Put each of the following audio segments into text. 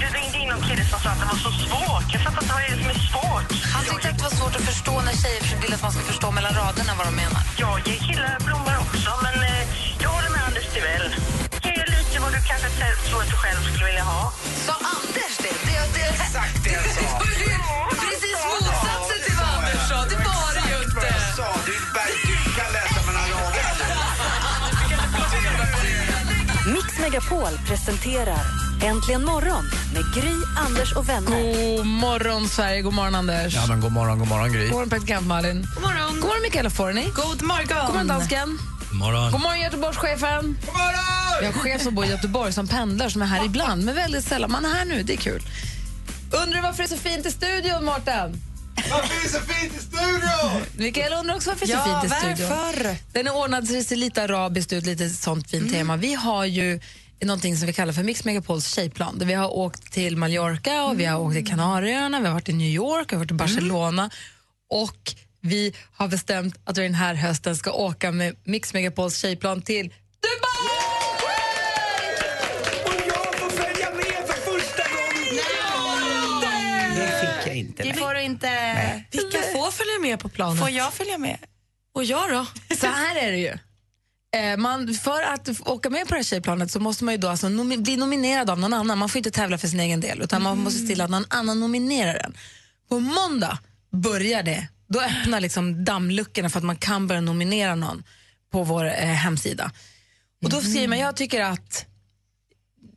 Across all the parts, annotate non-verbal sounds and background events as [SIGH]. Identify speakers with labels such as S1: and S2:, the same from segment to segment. S1: Du ringde in någon kille som sa att det var så svårt. Jag fattar inte vad det är som är svårt.
S2: Han tyckte att det var svårt att förstå när tjejer vill att man ska förstå mellan raderna vad de menar.
S1: Jag ger killar blommor också, men eh, jag håller med Anders Timell. Ge lite vad du kanske själv tror att du själv skulle vilja ha.
S2: Sa Anders det? det, det Exakt det jag sa. Precis motsatsen till vad Anders sa. Det var det ju inte.
S3: sa, du, du kan läsa mellan raderna.
S4: Mix Megapol presenterar Äntligen morgon med Gry, Anders och vänner.
S2: God morgon, Sverige. God morgon, Anders.
S5: Ja, men god morgon, god morgon Gry.
S2: God morgon, praktikant Malin. God morgon, God morgon Mikaela Forni. God morgon. God morgon, dansken.
S5: God morgon.
S2: God morgon, Göteborgschefen. God morgon! Vi har en chef som bor i Göteborg som pendlar, som är här ibland, men väldigt sällan. Man är här nu, det är kul. Undrar varför det är så fint i studion, Mårten?
S3: Varför är det så fint i studion?
S2: Mikaela undrar också varför det är så fint i studion. Den är ordnad så det ser lite arabiskt ut, lite sånt fint tema. Vi har ju någonting som vi kallar för Mix Megapols tjejplan. Där vi har åkt till Mallorca, och vi har åkt till Kanarieöarna, vi har varit i New York, vi har varit i Barcelona och vi har bestämt att vi den här hösten ska åka med Mix Megapols tjejplan till Dubai!
S3: Och jag får följa med för första gången!
S6: Det får du inte.
S7: Vilka får följa med på planet?
S6: Får jag följa med?
S7: Och jag då?
S2: Så här är det ju. Eh, Man, för att f- åka med på det här tjejplanet så måste man ju då alltså nomi- bli nominerad av någon annan. Man får inte tävla för sin egen del utan man måste
S7: Mm.
S2: se till att någon annan nominerar en. På måndag börjar det. Då öppnar liksom dammluckorna för att man kan börja nominera någon på vår eh, hemsida. Och då skriver
S7: Mm.
S2: man, jag tycker att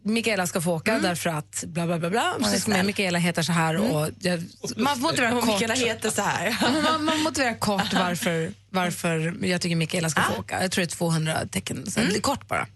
S2: Mikaela ska få åka därför att bla bla bla. bla. Så skriver man, Mikaela heter så här
S7: Mm.
S2: och jag, man motiverar
S7: Och
S2: kort.
S7: Mikaela heter så här.
S2: Men man, man motiverar kort varför, varför jag tycker Mikaela ska
S7: Ah.
S2: få åka. Jag tror det är 200 tecken,
S7: Mm.
S2: så det är kort bara.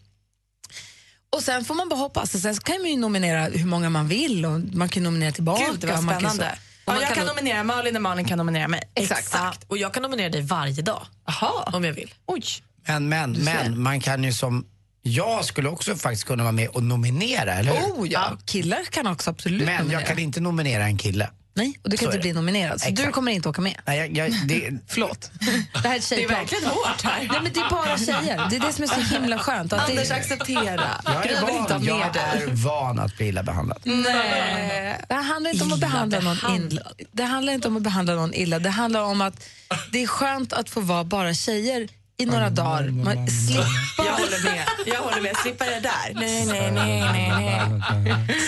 S2: Och sen får man bara hoppas. Och Sen så kan man ju nominera hur många man vill och man kan nominera tillbaka.
S7: Gud, det var
S2: och man kan så-
S7: spännande.
S2: och
S7: Ja,
S2: man
S7: jag kan
S2: nog-
S7: nominera Malin och Malin kan nominera mig.
S2: Exakt.
S7: Och jag kan nominera dig varje dag. Aha. Om jag vill. Oj.
S5: Men, men, men, man kan ju som... Jag skulle också faktiskt kunna vara med och nominera, eller hur?
S2: Oh ja, killar kan också absolut
S5: men
S2: nominera.
S5: jag kan inte nominera en kille.
S2: Nej, och du kan
S5: Så
S2: inte
S5: är
S2: bli
S5: det.
S2: nominerad. Så du
S5: Exakt.
S2: kommer inte åka med.
S5: Nej, jag, jag, det,
S2: Förlåt. Det här är ett
S7: Det är
S2: tjejplan.
S7: verkligen hårt här.
S2: Nej, men det är bara tjejer. Det är det som är så himla skönt. Att
S7: Anders,
S2: det...
S7: acceptera.
S5: jag,
S7: Jag vill
S5: är
S7: inte ha
S5: van,
S7: med
S5: jag
S7: dig.
S5: är van att bli illa behandlad.
S2: Nej. Det handlar inte om att behandla någon illa. Det handlar inte om att behandla någon illa. Det handlar om att det är skönt att få vara bara tjejer i några dagar. Man slippa,
S7: Jag håller med. Jag håller med. Slippa det där. Nej, nej,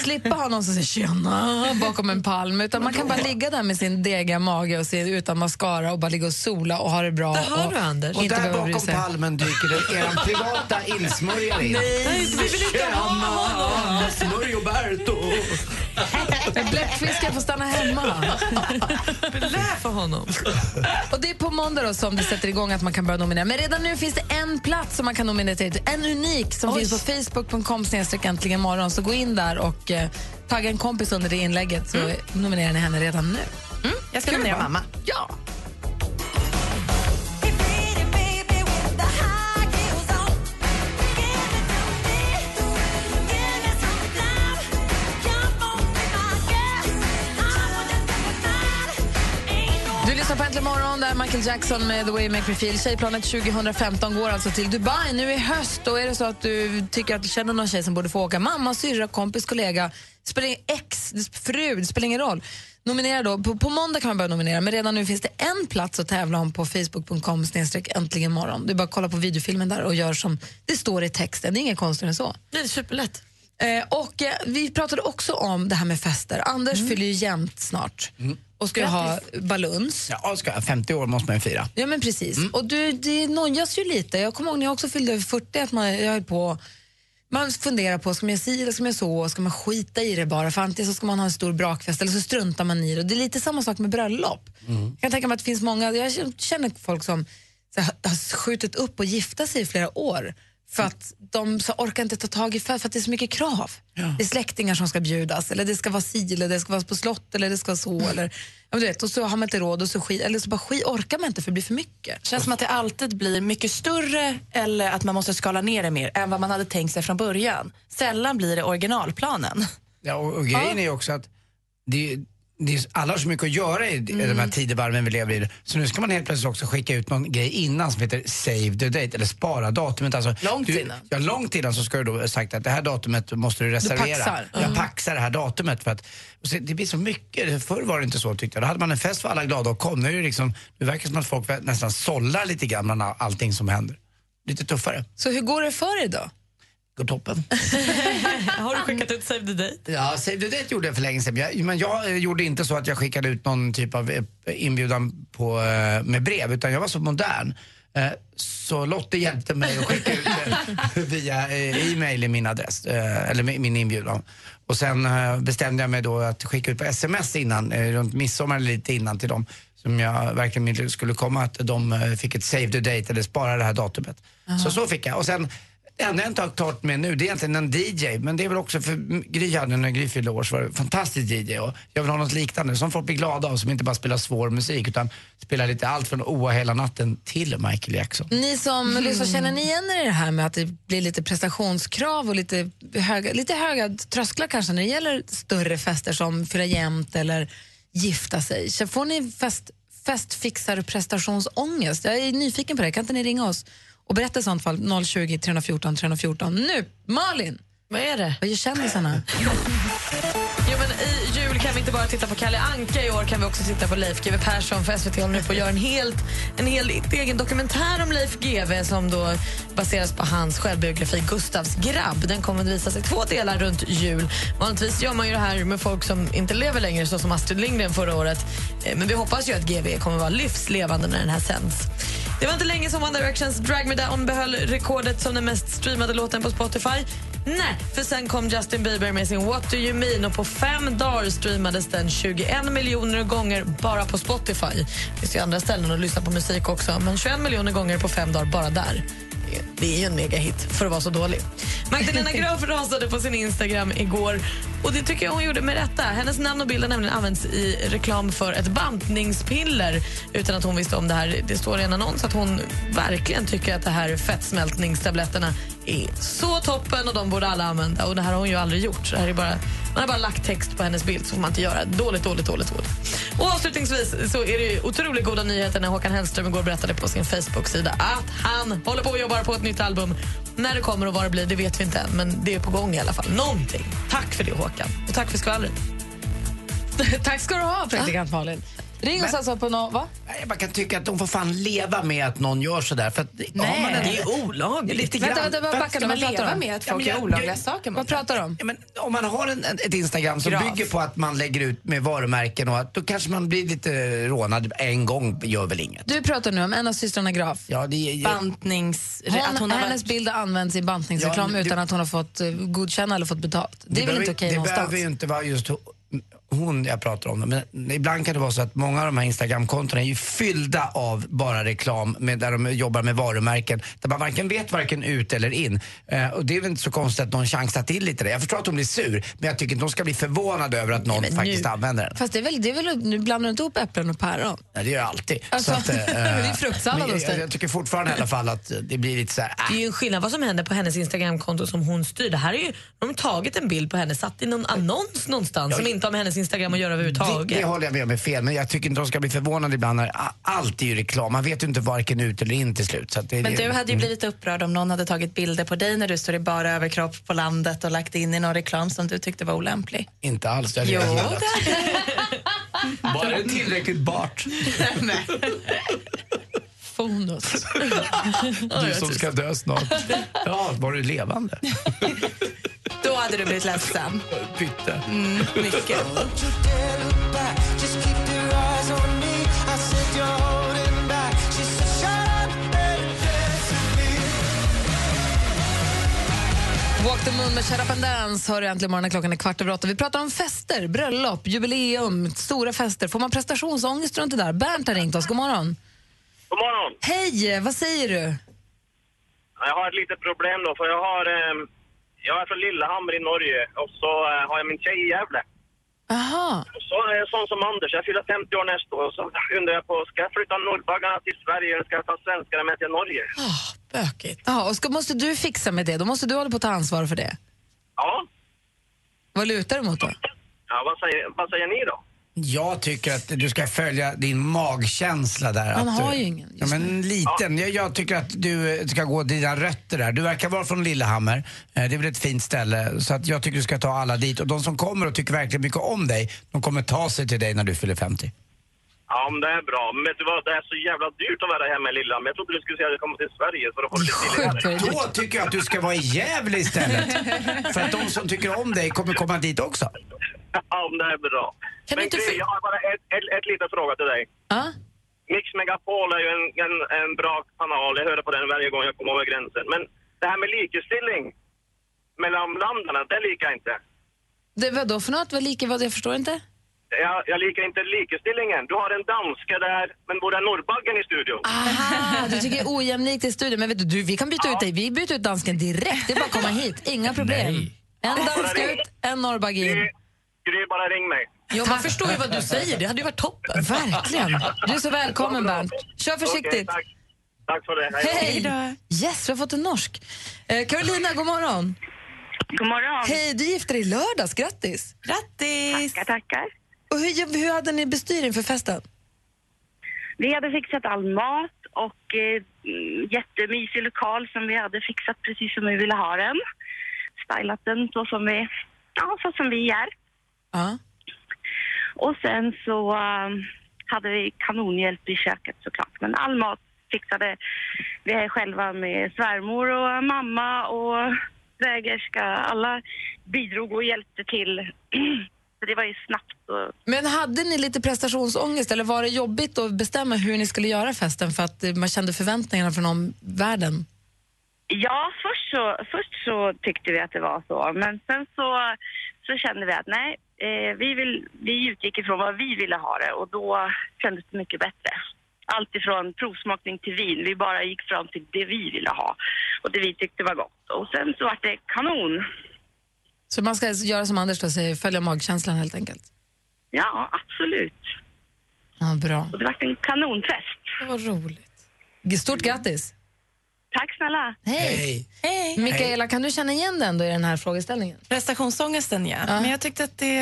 S2: slippa ha någon som säger tjena bakom en palm. Utan man kan bara ligga där med sin dega mage och sin utan mascara och bara ligga och sola och ha det bra.
S7: Där hör
S2: och,
S7: du, Anders.
S2: Och
S5: Och
S2: inte
S5: där
S2: behöva bry
S5: bakom
S2: sig.
S5: palmen dyker det er privata illsmörjare in.
S7: nej. Vi vill inte ha honom.
S5: Smörj Berto!
S2: Bläckfisken får stanna hemma.
S7: Blä för honom.
S2: Och det är på måndag då som det sätter igång att man kan börja nominera. Men redan nu finns det en plats som man kan nominera till. En unik som finns på facebook.com snedstreck äntligen morgon. Så gå in där och eh, tagga en kompis under det inlägget så nominerar ni henne redan nu.
S7: Jag ska nominera mamma.
S2: Ja! Du lyssnar på Äntligen morgon där Michael Jackson med The Way You Make Me Feel. Tjejplanet 2015 går alltså till Dubai nu i höst. Och är det så att du tycker att du känner någon tjej som borde få åka, mamma, syrra, kompis, kollega, spelar, ex, fru, det spelar ingen roll. Nominera då. På, på måndag kan man börja nominera, men redan nu finns det en plats att tävla om på facebook.com snedstreck äntligen morgon. Du bara att kolla på videofilmen där och gör som det står i texten. Det är inget konstigt än så.
S7: Det är superlätt.
S2: Eh, och eh, Vi pratade också om det här med fester. Anders fyller ju jämt snart och ska ju ha baluns.
S5: Ja, ska jag. 50 år måste man ju fira.
S2: Ja men precis. Och du, det nojas ju lite. Jag kommer ihåg när jag också fyllde över 40 att man, jag höll på man funderar på, ska man göra si eller ska man göra så? Ska man skita i det bara? För antingen så ska man ha en stor brakfest eller så struntar man i det. Och det är lite samma sak med bröllop. Jag kan tänka mig att det finns många, jag känner folk som så här, har skjutit upp och gifta sig i flera år För att de så orkar inte ta tag i för, för att det är så mycket krav. Det är släktingar som ska bjudas, eller det ska vara si, eller det ska vara på slott, eller det ska vara så. Eller, ja, men du vet, och så har man inte råd, och så skit, eller så bara skit, orkar man inte för det blir för mycket.
S6: känns som att det alltid blir mycket större eller att man måste skala ner det mer än vad man hade tänkt sig från början. Sällan blir det originalplanen.
S5: Ja, och, och grejen är också att det, det är, alla har så mycket att göra i de
S6: Mm.
S5: här tidevarven vi lever i. Så nu ska man helt plötsligt också skicka ut någon grej innan som heter save the date eller spara datumet. Alltså,
S6: Långt
S5: du,
S6: innan.
S5: Ja, långt innan så ska du då ha sagt att det här datumet måste du reservera.
S6: paxar. Mm.
S5: Jag paxar det här datumet för att och så, det blir så mycket. Förr var det inte så tyckte jag. Då hade man en fest för alla glada och kom. Nu är det liksom, det verkar som att folk nästan sållar lite grann bland allting som händer. Lite tuffare.
S2: Så hur går det för dig då?
S5: Går toppen.
S7: [LAUGHS] Har du skickat ut Save the Date?
S5: Ja, Save the Date gjorde jag för länge sedan. Jag, men jag eh, gjorde inte så att jag skickade ut någon typ av eh, inbjudan på, eh, med brev, utan jag var så modern. Eh, Så Lotte hjälpte mig att skicka ut eh, [LAUGHS] via eh, e-mail i min adress, eh, eller mi- min inbjudan. Och sen eh, bestämde jag mig då att skicka ut på sms innan, eh, runt midsommar eller lite innan till dem som jag verkligen ville skulle komma, att de eh, fick ett save the date eller spara det här datumet. Så så fick jag. Och sen det enda jag inte har klart med nu, det är egentligen en DJ, men det är väl också för mm, Gry hade när Gry fyllde år så var det en fantastisk DJ och jag vill ha något liknande som folk blir glada av, som inte bara spelar svår musik utan spelar lite allt från Oa hela natten till Michael Jackson.
S8: Mm.
S2: Ni som
S7: Mm.
S2: lyssnar, känner ni igen er i det här med att det blir lite prestationskrav och lite höga, lite höga trösklar kanske när det gäller större fester som fylla jämnt eller gifta sig? Så får ni fest, festfixar prestationsångest? Jag är nyfiken på det. Kan inte ni ringa oss och berätta i sånt fall 020 314 314. Nu, Malin!
S7: Vad är det?
S2: Vad gör kändisarna?
S7: Jo, men I jul kan vi inte bara titta på Kalle Anka. I år kan vi också titta på Leif GW Persson. För SVT håller nu på att göra en, helt, en hel egen dokumentär om Leif GW som då baseras på hans självbiografi Gustavs grabb. Den kommer att visas i två delar runt jul. Vanligtvis gör man ju det här med folk som inte lever längre, så som Astrid Lindgren förra året. Eh, Men vi hoppas ju att GW kommer att vara livslevande när den här sänds. Det var inte länge som One Directions Drag Me Down behöll rekordet som den mest streamade låten på Spotify. Nej, för sen kom Justin Bieber med sin What Do You Mean och på fem dagar streamades den 21 miljoner gånger bara på Spotify. Det finns ju andra ställen att lyssna på musik också, men 21 miljoner gånger på fem dagar bara där. Det är ju en megahit för att vara så dålig.
S6: [LAUGHS]
S7: Magdalena Graaf rasade på sin Instagram igår. Och Det tycker jag hon gjorde med rätta. Hennes namn och bild har nämligen använts i reklam för ett bantningspiller utan att hon visste om det här. Det står i en annons att hon verkligen tycker att det här fettsmältningstabletterna är så toppen och de borde alla använda. Och Det här har hon ju aldrig gjort. Så det här är bara, man har bara lagt text på hennes bild, så får man inte göra. Dåligt, dåligt, dåligt. dåligt. Och Avslutningsvis så är det ju otroligt goda nyheter när Håkan Hellström igår berättade på sin Facebook-sida att han håller på och jobbar på ett nytt album. När det kommer och vad det blir det vet vi inte än, men det är på gång i alla fall. Någonting. Tack för det, Håkan. Och tack för skvallret.
S2: Tack ska du ha, praktikant Malin. Ring oss alltså på no- va?
S5: Nej, Jag bara kan tycka att de får fan leva med att någon gör sådär. För att, Nej, man en, det är olagligt. Lite grann.
S2: Vänta, vänta, bara
S5: För-
S2: backa
S5: ska
S2: nu.
S5: man
S2: Vad pratar
S6: Leva
S2: de om?
S6: med att folk
S5: Ja, men
S6: gör
S5: jag-
S6: olagliga
S5: jag-
S6: saker mot
S2: Vad pratar de om?
S5: Ja, men om man har en, en- ett Instagram som
S6: Graf.
S5: bygger på att man lägger ut med varumärken och att då kanske man blir lite rånad en gång, gör väl inget.
S2: Du pratar nu om en av systrarna Graf.
S5: Ja, det är,
S6: Bantnings...
S2: Hon,
S6: att hon har
S2: hennes
S6: varit...
S2: bild har använts i bantningsreklam
S5: Ja, det-
S2: utan att hon har fått eh, godkänna eller fått betalt. Det, är väl
S5: behöver-
S2: inte okej
S5: Det
S2: någonstans?
S5: behöver ju inte vara just ho- hon jag pratar om. Men ibland kan det vara så att många av de här Instagram-kontona är ju fyllda av bara reklam med, där de jobbar med varumärken. Där man varken vet varken ut eller in. Eh, och det är väl inte så konstigt att någon chansar till lite det. Jag förstår att hon blir sur, men jag tycker inte hon ska bli förvånad över att någon faktiskt använder den.
S2: Fast det är väl, det är väl, nu blandar du inte ihop äpplen och päron?
S5: Nej, det gör jag alltid. eh,
S2: Alltså, [LAUGHS] det är fruktsallad
S5: men jag,
S2: hos dig.
S5: jag, jag tycker fortfarande i alla fall att det blir lite så här.
S7: Det är ju en skillnad vad som händer på hennes Instagramkonto som hon styr. Det här är ju, de har tagit en bild på henne, satt i någon annons någonstans som inte har med hennes Instagram att göra
S5: Äh, det,
S7: överhuvudtaget.
S5: det håller jag med om är fel, men jag tycker inte de ska bli förvånade ibland. När, a- allt är ju reklam, man vet ju inte varken ut eller in till slut. Så att det,
S6: Men
S5: det-
S6: du hade ju blivit upprörd om någon hade tagit bilder på dig när du står i bara överkropp på landet och lagt in i någon reklam som du tyckte var olämplig.
S5: Inte alls. Det hade
S6: Jo,
S5: jag gillat. [LAUGHS] Bara det är tillräckligt bart.
S2: Fonus.
S5: Du som ska
S6: [LAUGHS]
S5: dö snart. Ja, var du levande?
S6: Då hade du blivit ledsen.
S5: Pytte. [LAUGHS]
S6: Mycket.
S2: Walk the moon med Shut up and dance hör du äntligen morgonen klockan är kvart över åtta. Vi pratar om fester, bröllop, jubileum, stora fester. Får man prestationsångest runt det där? Bernt har ringt oss. God morgon.
S1: God morgon.
S2: Hej, vad säger du?
S1: Jag har ett litet problem då, för jag har... ehm, jag är från Lillehammer i Norge och så eh, har jag min tjej i Gävle.
S2: Aha.
S1: Och så är jag sån som Anders, jag fyller 50 år nästa år och så undrar jag på, ska jag flytta nordbaggarna till Sverige eller ska jag ta svenskarna med till Norge?
S6: Ah,
S7: Bökigt.
S2: Ja, och ska, måste du fixa med det? Då måste du hålla på att ta ansvar för det.
S1: Ja,
S2: Vad lutar du mot då?
S1: ja vad, säger, vad säger ni då?
S5: Jag tycker att du ska följa din magkänsla där.
S2: Man
S5: att
S2: har
S5: du,
S2: ju ingen
S5: Ja,
S2: just
S5: men liten. Jag, jag tycker att du eh, ska gå dina rötter där. Du verkar vara från Lillehammer. Eh, Det är väl ett fint ställe. Så att jag tycker du ska ta alla dit. Och de som kommer och tycker verkligen mycket om dig, de kommer ta sig till dig när du fyller 50.
S1: Ja, men det är bra. Men vet du vad, det är så jävla dyrt att vara hemma i Lillehammer. Jag trodde du skulle säga att du kommer till Sverige för att få det lite billigare.
S2: Sjukt vad det är dyrt.
S5: Då tycker jag att du ska vara i Gävle istället. För att de som tycker om dig kommer komma dit också.
S1: [LAUGHS] Ja, men det är bra.
S7: Kan du
S1: men
S7: inte
S1: Gry,
S7: fi-
S1: jag har bara ett, ett, ett liten fråga till dig.
S2: Ja?
S1: Mix Megapol är ju en, en, en bra kanal. Jag hör på den varje gång jag kommer över gränsen. Men det här med likestilling mellan länderna, det likar jag inte.
S2: Det, vadå för något? Vad lika vad? Jag förstår inte.
S1: Jag, jag likar inte likestillingen. Du har en danska där, men bor det en norrbaggen i studion?
S2: Ah. Aha, du tycker det är ojämlikt i studion. Men vet du, du, vi kan byta ut dig. Vi byter ut dansken direkt. Det är bara att komma hit. Inga problem.
S5: Nej.
S2: En dansk ut, en norrbagge in.
S1: Gry, Gry, bara ring mig.
S7: Ja, man förstår ju vad du säger. Det hade ju varit toppen.
S2: Verkligen. Du är så välkommen, Bernt. Kör
S1: Okej,
S2: försiktigt.
S1: tack. Tack för det.
S2: Hej! Yes, vi har fått en norsk. Eh, Carolina, god morgon.
S1: God morgon.
S2: Hej, du gifte dig i lördags. Grattis!
S6: Grattis!
S1: Tackar, tackar.
S2: Och hur, hur hade ni bestyr inför festen?
S1: Vi hade fixat all mat och eh, mm, jättemysig lokal som vi hade fixat precis som vi ville ha den. Stylat den så som vi, ja, så som vi är.
S2: Ja.
S1: Och sen så eh, hade vi kanonhjälp i köket såklart. Men all mat fixade vi själva med svärmor och mamma och svägerska. Alla bidrog och hjälpte till. [CLEARS THROAT] Så det var ju snabbt och
S2: Men hade ni lite prestationsångest eller var det jobbigt att bestämma hur ni skulle göra festen för att eh, man kände förväntningarna från omvärlden?
S1: Ja, först så, först så tyckte vi att det var så. Men sen så, så kände vi att nej, eh, vi, vill, vi utgick ifrån vad vi ville ha det och då kändes det mycket bättre. Allt ifrån provsmakning till vin. Vi bara gick fram till det vi ville ha och det vi tyckte var gott. Och sen så var det kanon.
S2: Så man ska göra som Anders då säger, följa magkänslan helt enkelt.
S1: Ja, absolut.
S2: Ja, bra.
S1: Och det var en kanonfest.
S7: Vad roligt.
S2: Stort grattis!
S1: Tack snälla.
S5: Hej!
S6: Hej!
S2: Mikaela, kan du känna igen den då i den här frågeställningen?
S6: Prestationsångesten, ja. Men jag tyckte att det,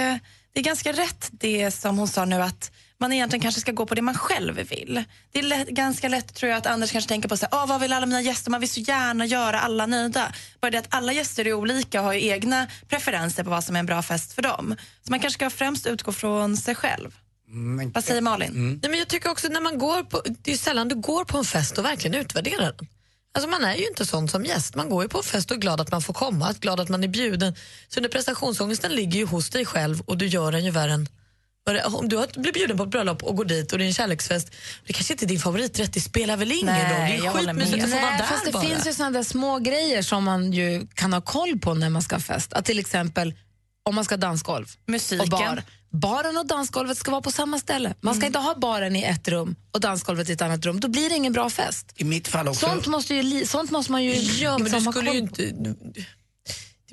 S6: det är ganska rätt det som hon sa nu att man egentligen kanske ska gå på det man själv vill. Det är lätt, ganska lätt tror jag att Anders kanske tänker på så här, "Ah, vad vill alla mina gäster, man vill så gärna göra alla nöjda. Bara det att alla gäster är olika och har ju egna preferenser på vad som är en bra fest för dem. Så man kanske ska främst utgå från sig själv.
S5: Men-
S6: Vad säger Malin?
S8: Mm.
S7: Nej, men jag tycker också när man går på, det är ju sällan du går på en fest och verkligen utvärderar den. Alltså man är ju inte sån som gäst. Man går ju på en fest och är glad att man får komma, att glad att man är bjuden. Så den där prestationsångesten ligger ju hos dig själv och du gör den ju värre än vad det- om du har- blir bjuden på ett bröllop och går dit och det är en kärleksfest, det kanske inte är din favoriträtt, det spelar väl ingen
S6: Nej,
S7: roll? Det är ju
S6: jag håller med.
S7: skitmysigt att få vara
S2: Nej,
S7: där
S2: fast det
S7: bara.
S2: finns ju sådana där små grejer som man ju kan ha koll på när man ska ha fest. Att till exempel om man ska ha dansgolv
S6: Musiken.
S2: och bar. Baren och dansgolvet ska vara på samma ställe. Man ska
S7: Mm.
S2: inte ha baren i ett rum och dansgolvet i ett annat rum. Då blir det ingen bra fest.
S5: I mitt fall också.
S2: Sånt måste, ju, li- sånt måste man ju
S7: Ja, men
S2: liksom
S7: du
S2: ha
S7: skulle ju
S2: koll på.
S7: inte... du-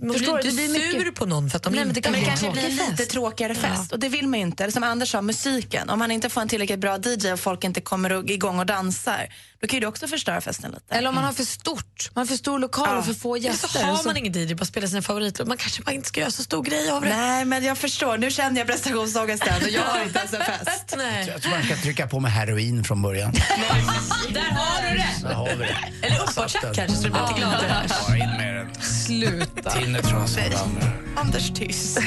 S7: Man
S2: Förstår du,
S7: blir
S2: det
S7: ju
S2: blir
S7: inte sur
S2: mycket-
S7: på någon för att de
S2: Nej, men det
S7: inte
S2: kan
S6: Men
S7: vill
S6: det
S2: bli
S6: kanske blir
S7: komma.
S2: tråkig
S6: en lite
S2: fest.
S6: tråkigare fest och det vill man ju inte. Eller som Anders sa, musiken. Om man inte får en tillräckligt bra DJ och folk inte kommer och- igång och dansar, då kan ju det också förstöra festen lite.
S2: Eller om man har för stort. Man har för stor lokal och för få
S7: Eller så
S2: gäster. och
S7: har
S2: så-
S7: man ingen DJ, bara spelar sina favoritlåtar. Man kanske bara inte ska göra så stor grej av det.
S6: Nej, men jag förstår. Nu känner jag prestationsångesten och jag har inte ens en fest.
S7: Nej.
S5: Jag tror man ska trycka på med heroin från början.
S7: Där har du det!
S5: Så har vi det.
S7: Eller uppfartstjack kanske, så du blir lite gladare.
S5: Bara in med den.
S2: Sluta.
S5: Tinner tror jag som dammar.
S6: Anders tyst.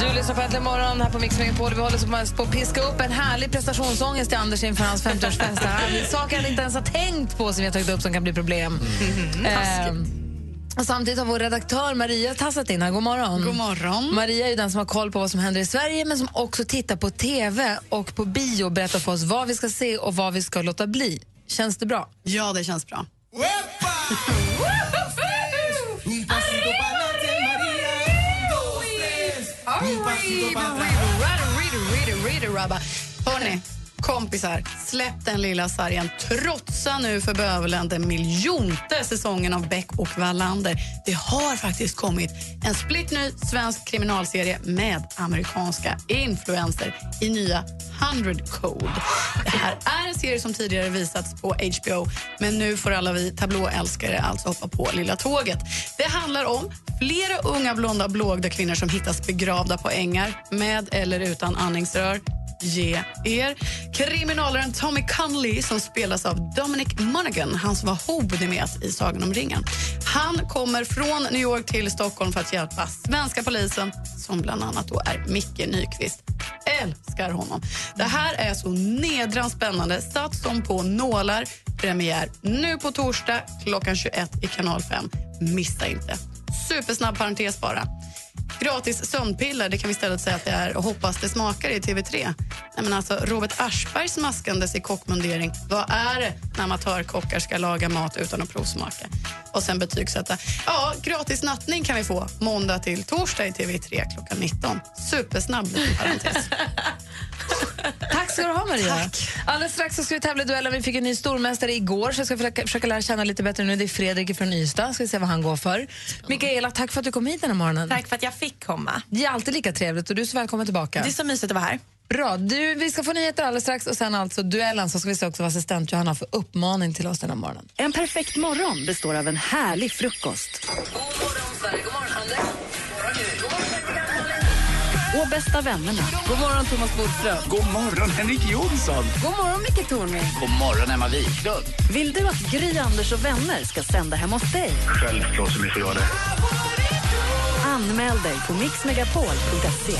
S2: Du lyssnar på Äntligen morgon här på Mix Megapol. Vi håller som på att piska upp en härlig prestationsångest till Anders inför hans 50-årsfest. här. Saker han inte ens har tänkt på som vi har tagit upp som kan bli problem. Ehm, och samtidigt har vår redaktör Maria tassat in här. God morgon. God morgon. Maria är ju den som har koll på vad som händer i Sverige men som också tittar på TV och på bio och berättar för oss vad vi ska se och vad vi ska låta bli. Känns det bra?
S8: Ja, det känns bra.
S3: Weppa!
S8: Hörni, kompisar, släpp den lilla sargen. Trotsa nu för bövelen den miljonte säsongen av Beck och Wallander. Det har faktiskt kommit en splittny svensk kriminalserie med amerikanska influenser i nya 100 Code. Det här är en serie som tidigare visats på HBO men nu får alla vi tablåälskare alltså hoppa på lilla tåget. Det handlar om flera unga blonda och blåögda kvinnor som hittas begravda på ängar med eller utan andningsrör ge er. Kriminalaren Tommy Conley som spelas av Dominic Monaghan, han som var Hobudimet i Sagan om ringen. Han kommer från New York till Stockholm för att hjälpa svenska polisen som bland annat då är Micke Nyqvist. Älskar honom. Det här är så nedrans spännande, satt som på nålar. Premiär nu på torsdag klockan 21 i kanal 5. Missa inte. Supersnabb parentes bara. Gratis sömnpiller, det kan vi istället säga att det är och hoppas det smakar i TV3. Nej, men alltså, Robert Aschberg smaskandes i kockmundering. Vad är det när amatörkockar ska laga mat utan att provsmaka? Och sen betygsätta. Ja, gratis nattning kan vi få måndag till torsdag i TV3 klockan 19. Supersnabb liten parentes.
S2: Tack ska du ha, Maria. Alldeles strax så ska vi tävla i duellen. Vi fick en ny stormästare igår, så jag ska försöka, försöka lära känna lite bättre nu. Det är Fredrik från Ystad. Ska vi se vad han går för. Mikaela, tack för att du kom hit den här morgonen.
S6: Tack för att jag fick komma.
S2: Det är alltid lika trevligt och du är så välkommen tillbaka.
S6: Det är så mysigt att vara här.
S2: Bra. Du, vi ska få nyheter alldeles strax och sen alltså duellen så ska vi se också vad assistent Johanna har för uppmaning till oss den här morgonen.
S4: En perfekt morgon består av en härlig frukost. Och bästa vännerna. God morgon, Thomas Bodström.
S9: God morgon, Henrik Jonsson!
S4: God morgon, Micke Tornving.
S9: God morgon, Emma Wiklund!
S4: Vill du att Gry, Anders och vänner ska sända hemma hos dig?
S9: Självklart som vi får göra det.
S4: Anmäl dig på mixmegapol.se.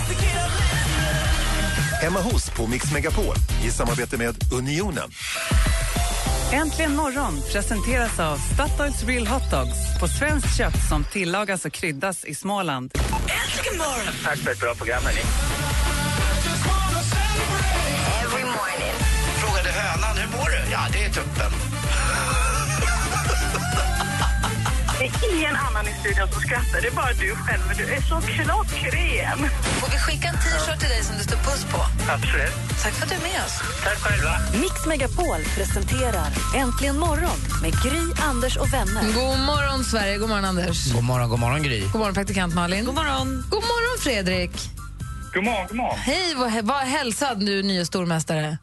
S10: Hemma Mm. hos på Mix Megapol i samarbete med Unionen.
S11: Äntligen morgon presenteras av Statoils Real Hot Dogs på svenskt kött som tillagas och kryddas i Småland.
S3: Äntligen morgon! Tack för ett bra program, hörni. Frågade hönan, hur mår du? Ja, det är tuppen.
S1: Det är ingen annan i studion som skrattar, det är bara du själv. Men du är så klockren.
S2: Får vi skicka en t-shirt till dig som det står puss på?
S3: Absolut.
S2: Tack för att du är med oss.
S3: Tack själva.
S4: Mix Megapol presenterar Äntligen morgon med Gry, Anders och vänner.
S2: God morgon, Sverige. God morgon, Anders.
S5: God morgon, god morgon Gry.
S2: God morgon, praktikant Malin. God morgon. God morgon, Fredrik.
S12: God morgon, god morgon.
S2: Hej, vad, he- vad hälsad nu, nye stormästare.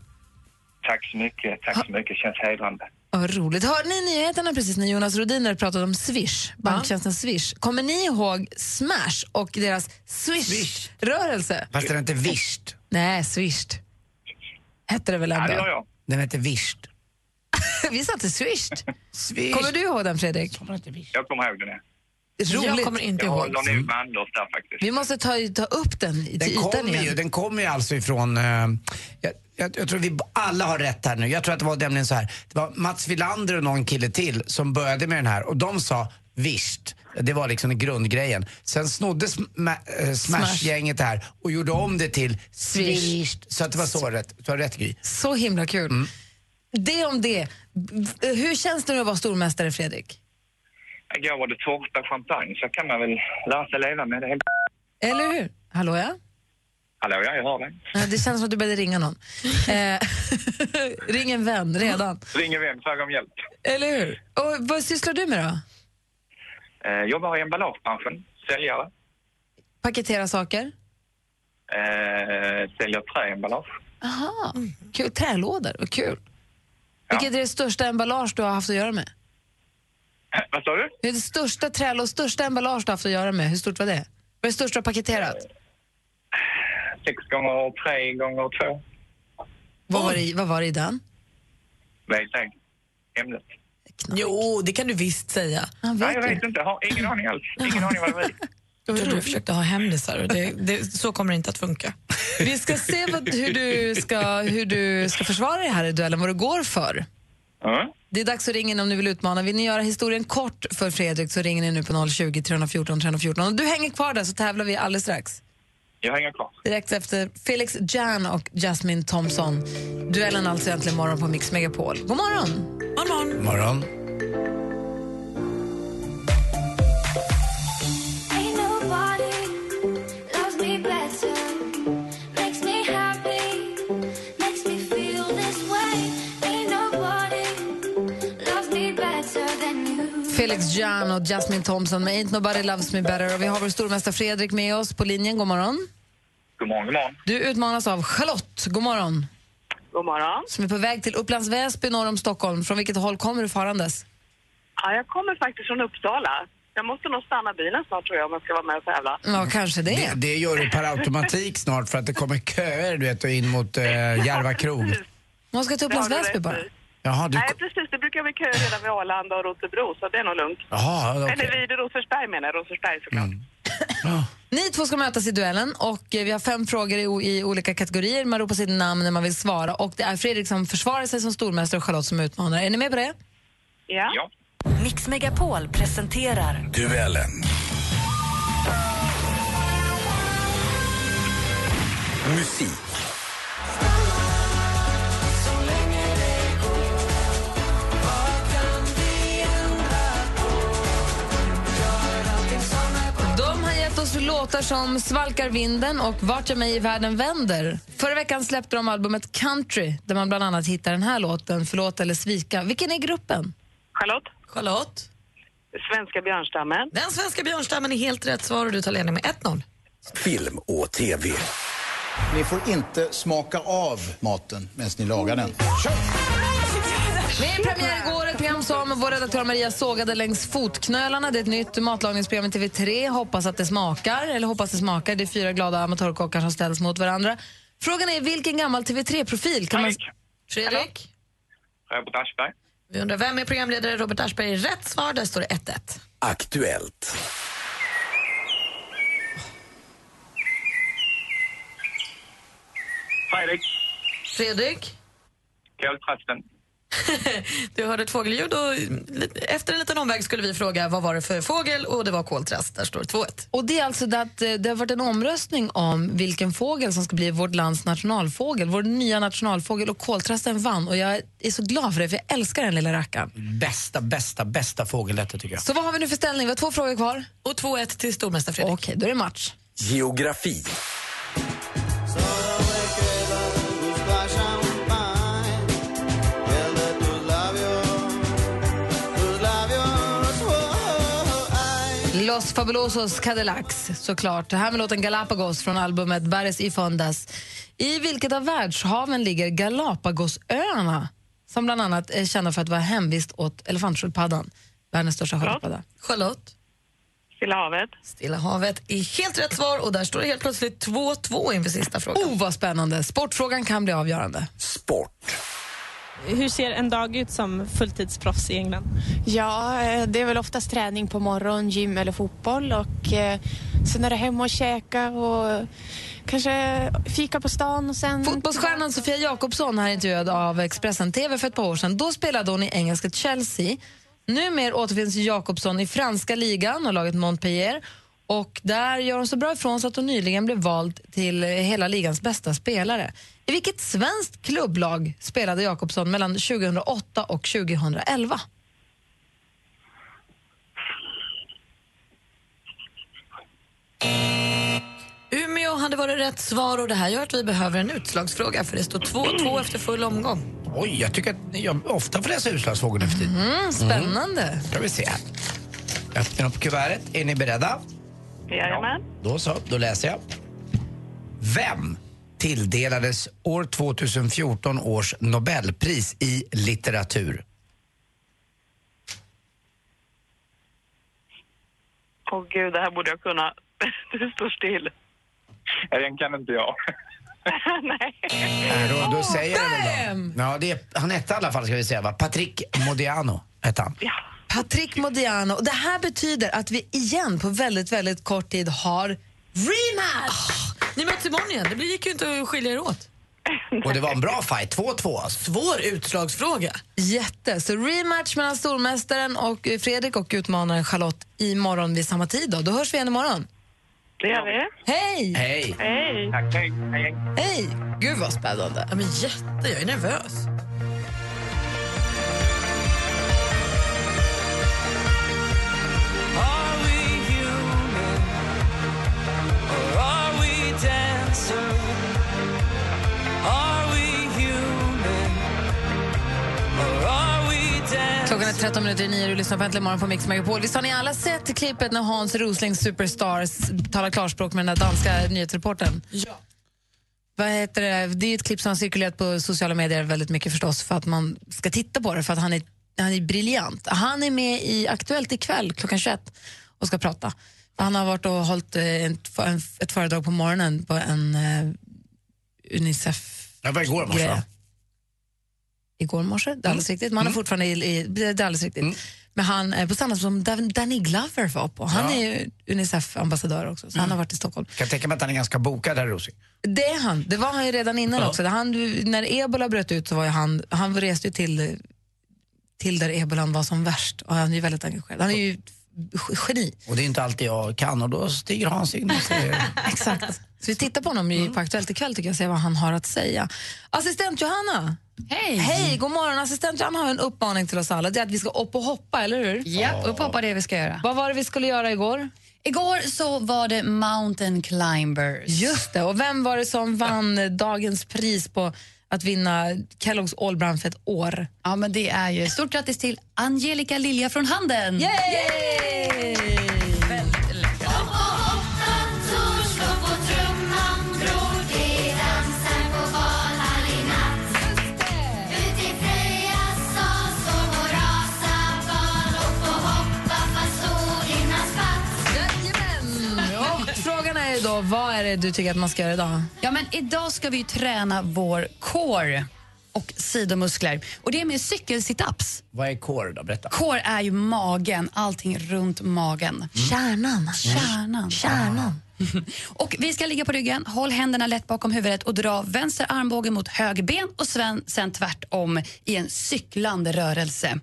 S12: Tack så mycket, tack så mycket. Känns hedrande.
S2: Ja, Vad roligt. Hörde ni nyheterna precis när Jonas Rodiner pratade om Swish, banktjänsten Swish? Kommer ni ihåg Smash och deras Swish-rörelse?
S5: Fast den heter Visht.
S2: Nej, Swish. Hette det väl ändå?
S5: Den heter Visht.
S2: [LAUGHS] Vi sa inte Swish. Kommer du ihåg den, Fredrik?
S12: Jag kommer ihåg den. ja.
S2: Roligt. Jag kommer inte
S12: jag
S2: ihåg.
S12: håller nu med Anders där faktiskt.
S2: Vi måste ta, ta upp den i- till
S5: Den
S2: ytan
S5: kommer ju,
S2: igen.
S5: den kommer ju alltså ifrån... eh, jag, jag, jag tror vi alla har rätt här nu. Jag tror att det var nämligen så här. Det var Mats Wilander och någon kille till som började med den här och de sa visst. Det var liksom grundgrejen. Sen snodde sma, eh, Smash-gänget det här och gjorde om det till swish. Så att det var så rätt. Du har rätt Gry.
S2: Så himla kul.
S7: Mm.
S2: Det om det. B- Hur känns det nu att vara stormästare, Fredrik?
S12: Igår var det tårta champagne, så kan man väl lära sig leva med det. hela.
S2: Eller hur? Hallå, ja?
S12: Hallå, ja, jag hör dig.
S2: Ja, Det känns som att du började
S12: [LAUGHS]
S2: ringa någon. Eh, [LAUGHS] ring en vän redan.
S12: Ring en vän, fråga om hjälp.
S2: Eller hur? Och vad sysslar du med då?
S12: Eh, jobbar i emballagebranschen, säljare.
S2: Paketera saker?
S12: Eh, säljer träemballage. [CLEARS THROAT]
S2: Aha. Mm. Kul. Trälådor, vad kul. Vilket är det största emballage du har haft att göra med?
S12: Vad sa du?
S2: Hur är det största trälåd, största emballage du har haft att göra med? Hur stort var det? Vad är det största du har paketerat?
S12: Sex gånger tre gånger två.
S2: Vad var, det, i- vad var det i den?
S12: Vet ej. Ämnet.
S7: Jo, det kan du visst säga.
S12: Nej, jag vet inte. Jag har ingen aning alls. Ingen aning vad det var.
S7: Jag trodde du försökte ha hemlisar och det, det, så kommer det inte att funka.
S2: Vi ska se vad, hur, du ska, hur du ska försvara dig här i duellen, vad du går för.
S12: Ja.
S2: Det är dags att ringa in om ni vill utmana. Vill ni göra historien kort för Fredrik så ringer ni nu på 020 314 314. Om du hänger kvar där så tävlar vi alldeles strax.
S12: Jag hänger kvar.
S2: Direkt efter Felix Jan och Jasmine Thompson. Duellen alltså äntligen morgon på Mix Megapol. God morgon!
S7: God morgon.
S5: Morgon.
S3: Ain't nobody loves me better
S2: Felix Jan och Jasmine Thompson med Ain't Nobody Loves Me Better. Och vi har vår stormästare Fredrik med oss på linjen. God morgon.
S12: God morgon, god morgon.
S2: Du utmanas av Charlotte. God morgon.
S1: God morgon.
S2: Som är på väg till Upplands Väsby norr om Stockholm. Från vilket håll kommer du farandes?
S1: Ja, jag kommer faktiskt från Uppsala. Jag måste nog stanna bilen snart tror jag om jag ska vara med och tävla.
S2: Ja, kanske det.
S5: Det, det gör du per automatik snart för att det kommer köer du vet och in mot eh, Järva krog.
S2: Man ska till Upplands
S1: Det har du
S2: Väsby
S1: rätt
S2: bara.
S1: i.
S5: Jaha, du,
S1: Nej, precis. Det brukar bli köer redan vid Arlanda och Rotebro, så det är nog lugnt.
S5: Jaha, okej. Mm.
S1: Eller vid Rosersberg menar jag, Rosersberg såklart.
S2: Ni två ska mötas i duellen och eh, vi har fem frågor i, o- i olika kategorier. Man ropar sitt namn när man vill svara och det är Fredrik som försvarar sig som stormästare och Charlotte som utmanare. Är ni med på det?
S1: Ja.
S4: Mix Megapol presenterar
S9: Duellen. Musik.
S2: De har gett oss låtar som Svalkar vinden och Vart jag mig i världen vänder. Förra veckan släppte de albumet Country där man bland annat hittar den här låten, Förlåt eller svika. Vilken är gruppen?
S1: Charlotte?
S7: Charlotte?
S1: Svenska björnstammen.
S7: Den svenska björnstammen är helt rätt svar och du tar ledning med 1-0.
S13: Film och TV. Ni får inte smaka av maten medan ni lagar den.
S2: Med premiär igår, ett program som vår redaktör Maria sågade längs fotknölarna. Det är ett nytt matlagningsprogram i TV3. Hoppas att det smakar. Eller hoppas det smakar. Det är fyra glada amatörkockar som ställs mot varandra. Frågan är vilken gammal TV3-profil kan man...
S7: Fredrik?
S12: Robert Aschberg.
S7: Vi undrar vem är programledare Robert Aschberg? Rätt svar, där står det 1-1.
S13: Aktuellt.
S12: Fredrik.
S7: Fredrik?
S12: Koltrasten.
S7: Du hörde ett fågelljud och lite- efter en liten omväg skulle vi fråga vad var det för fågel och det var koltrast. Där står det 2-1.
S2: Och det är alltså det att eh, det har varit en omröstning om vilken fågel som ska bli vårt lands nationalfågel, vår nya nationalfågel och koltrasten vann och jag är så glad för det för jag älskar den lilla rackaren.
S5: bästa, bästa, bästa fågelrätter tycker jag.
S2: Så vad har vi nu för ställning? Vi har två frågor kvar.
S7: Och 2-1 till stormästare Fredrik.
S2: Okej, då är det match.
S13: Geografi.
S2: Los Fabulosos Cadillacs, såklart. Det här med låten Galapagos från albumet Bares y Fondas. I vilket av världshaven ligger Galapagosöarna? Som bland annat är kända för att vara hemvist åt elefantsköldpaddan, världens största sköldpadda.
S7: Charlotte?
S1: Stilla havet.
S7: Stilla havet är helt rätt svar och där står det helt plötsligt 2-2 inför sista frågan.
S2: Oh, vad spännande! Sportfrågan kan bli avgörande.
S13: Sport.
S14: Hur ser en dag ut som fulltidsproffs i England?
S15: Ja, eh, det är väl oftast träning på morgon, gym eller fotboll och eh, sen är det hem och käka och eh, kanske fika på stan och
S2: Mm.
S15: sen...
S2: Fotbollsstjärnan Sofia Jakobsson här intervjuad av Expressen TV för ett par år sedan. Då spelade hon i engelska Chelsea. Numer återfinns Jakobsson i franska ligan och laget Montpellier. Och där gör hon så bra ifrån sig att hon nyligen blev vald till hela ligans bästa spelare. I vilket svenskt klubblag spelade Jakobsson mellan 2008 och 2011?
S7: Umeå hade varit rätt svar och det här gör att vi behöver en utslagsfråga för det står 2-2 efter full omgång.
S5: Oj, jag tycker att jag ofta får läsa utslagsfrågor nu för tiden.
S1: Mhm.
S2: Mm, spännande.
S5: ska vi se. Öppna upp kuvertet. Är ni beredda?
S1: Jajamän.
S5: Då så, då läser jag. Vem tilldelades år 2014 års Nobelpris i litteratur?
S1: Åh gud, det här borde jag kunna. [LAUGHS] Du står still.
S12: Ja, Den kan inte jag.
S1: Nej.
S5: Äh, Då, då säger jag det
S2: damn!
S5: då. Ja, det är, han hette i alla fall, ska vi säga, va? Patrick Modiano hette han.
S2: Patrick Modiano. Det här betyder att vi igen på väldigt, väldigt kort tid har rematch!
S7: Ni möts imorgon igen, det gick ju inte att skilja er åt.
S5: Och det var en bra fight, 2-2 alltså.
S7: Svår utslagsfråga.
S2: Jätte. Så rematch mellan stormästaren och eh, Fredrik och utmanaren Charlotte imorgon vid samma tid. Då, då hörs vi igen imorgon.
S1: Det gör vi.
S2: Hej!
S5: Hej!
S1: Hej!
S12: Tack, hej. hej.
S2: Hej! Gud vad spännande.
S7: Ja, men jätte, jag är nervös.
S2: Klockan Klockan är 13 minuter i nio och du lyssnar på Äntligen morgon på Mix Megapol. Visst har ni alla sett klippet när Hans Rosling Superstars talar klarspråk med den där danska nyhetsreportern? Ja. Vad heter det? det är ett klipp som har cirkulerat på sociala medier väldigt mycket förstås för att man ska titta på det för att han är, han är briljant. Han är med i Aktuellt ikväll klockan 21 och ska prata. Han har varit och hållit eh, en, en, ett föredrag på morgonen på en eh, Unicef...
S5: Det var igår morse, Mm.
S2: grej.
S5: va?
S2: Igår morse, det är alldeles riktigt. Man har fortfarande i, i, det är alldeles riktigt.
S5: Mm.
S2: Men han är på samma sätt som Dan- Danny Glover var på. Han
S5: Ja. Mm.
S2: är ju Unicef-ambassadör också, så han har varit i Stockholm.
S5: Kan tänka mig att han är ganska bokad här, Rosie.
S2: Det är han. Det var han ju redan innan
S5: Ja.
S2: också. Han, när ebola bröt ut så var ju han, han reste ju till, till där ebolan var som värst och han är ju väldigt engagerad. Han är ju ett geni.
S5: Och det är inte alltid jag kan och då stiger Hans in och säger...
S2: [LAUGHS] Exakt. Mm. Så vi tittar på honom ju på Aktuellt ikväll tycker jag, se vad han har att säga. Assistent Johanna! Hej! Hej, god morgon. Assistent Johanna har en uppmaning till oss alla. Det är att vi ska upp och hoppa, eller hur?
S16: Ja, upp och hoppa det är vi ska göra.
S2: Vad var det vi skulle göra igår?
S16: Igår så var det Mountain Climbers.
S2: Just det, och vem var det som vann dagens pris på att vinna Kellogg's All Brand för ett år?
S16: Ja, men det är ju... Stort grattis till Angelica Lilja från Handen.
S2: Yay! Och Frågan är ju då, vad är det du tycker att man ska göra idag?
S16: Ja, men idag ska vi ju träna vår core och sidomuskler. Och det är med cykel-situps.
S5: Vad är core då? Berätta.
S16: Core är ju magen, allting runt magen.
S2: Kärnan.
S16: Kärnan.
S2: Kärnan.
S16: [LAUGHS] och vi ska ligga på ryggen, håll händerna lätt bakom huvudet och dra vänster armbåge mot höger ben och sen, sen tvärtom i en cyklande rörelse.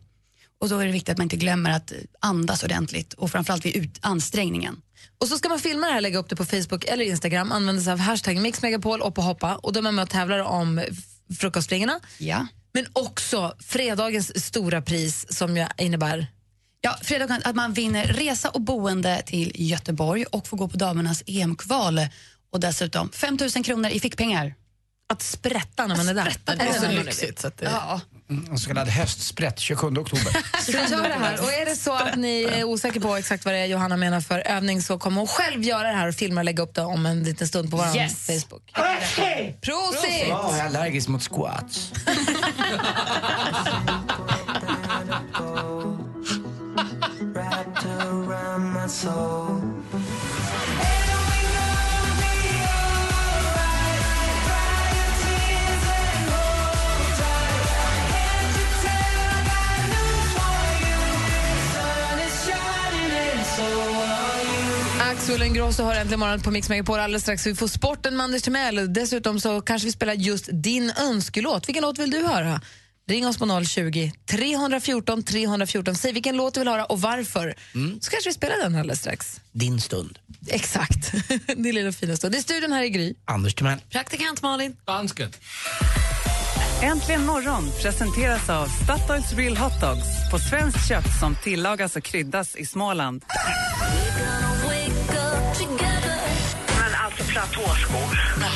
S16: Och då är det viktigt att man inte glömmer att andas ordentligt och framförallt vid ut- ansträngningen.
S2: Och så ska man filma det här, lägga upp det på Facebook eller Instagram, använda sig av hashtag mixmegapol och på hoppa och då är man med och tävlar om f- frukostflingorna.
S16: Ja.
S2: Men också fredagens stora pris som jag innebär
S16: Ja, fredagen att man vinner resa och boende till Göteborg och får gå på damernas EM-kval och dessutom 5 000 kronor i fickpengar.
S2: Att sprätta när man är där.
S16: det är
S2: Eller
S16: så
S2: när man
S16: lyxigt,
S2: vid.
S16: så att det- Ja.
S5: Mm, En så kallad höstsprätt 27 oktober.
S2: Så gör det här. Och är det så att ni är osäkra på exakt vad det är Johanna menar för övning så kommer hon själv göra det här och filma och lägga upp det om en liten stund på vår
S5: Yes.
S2: Facebook.
S5: Prosit!
S2: Prosit!
S5: Jag är allergisk mot squats.
S2: Axel Ingrosso har äntligen morgon på Mix Megapol alldeles strax. Vi får sporten med Anders Timell. Dessutom så kanske vi spelar just din önskelåt. Vilken låt vill du höra? Ring oss på 020 314 314. Säg vilken låt du vill höra och varför. Så kanske vi spelar den alldeles strax.
S5: Din stund.
S2: Exakt. [LAUGHS] Din lilla fina stund. Det är studion här i Gry.
S5: Anders Timell.
S2: Praktikant Malin.
S11: Dansken. Äntligen morgon presenteras av Statoils Real Hot Dogs på svenskt kött som tillagas och kryddas i Småland.
S17: Men alltså platåskor,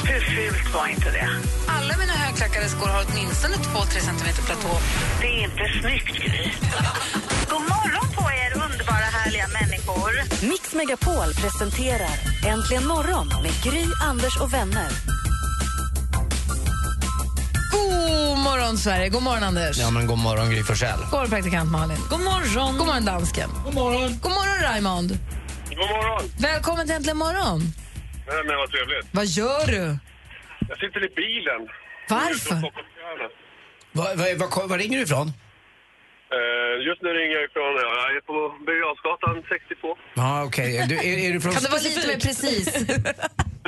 S17: hur fult var inte det?
S2: Alla mina högklackade skor har åtminstone 2-3 centimeter platå.
S17: Det är inte snyggt, Gry. [LAUGHS] God morgon på er, underbara härliga människor.
S4: Mix Megapol presenterar Äntligen morgon med Gry, Anders och vänner.
S2: God morgon, Sverige. God morgon, Anders.
S5: Ja, men god morgon Gry Forssell.
S2: God morgon, praktikant Malin. God morgon. God morgon, dansken. God morgon. God morgon, Raymond.
S18: God morgon.
S2: Välkommen till Äntligen morgon.
S18: Nej, men vad trevligt.
S2: Vad gör du?
S18: Jag sitter i bilen.
S2: Varför?
S5: Var, var, var, var ringer du ifrån?
S18: Eh, Just nu ringer jag ifrån... Jag är på Birger Jarlsgatan 62.
S5: Ja, okej. Du, är, är du från...
S2: Kan det vara lite mer precis?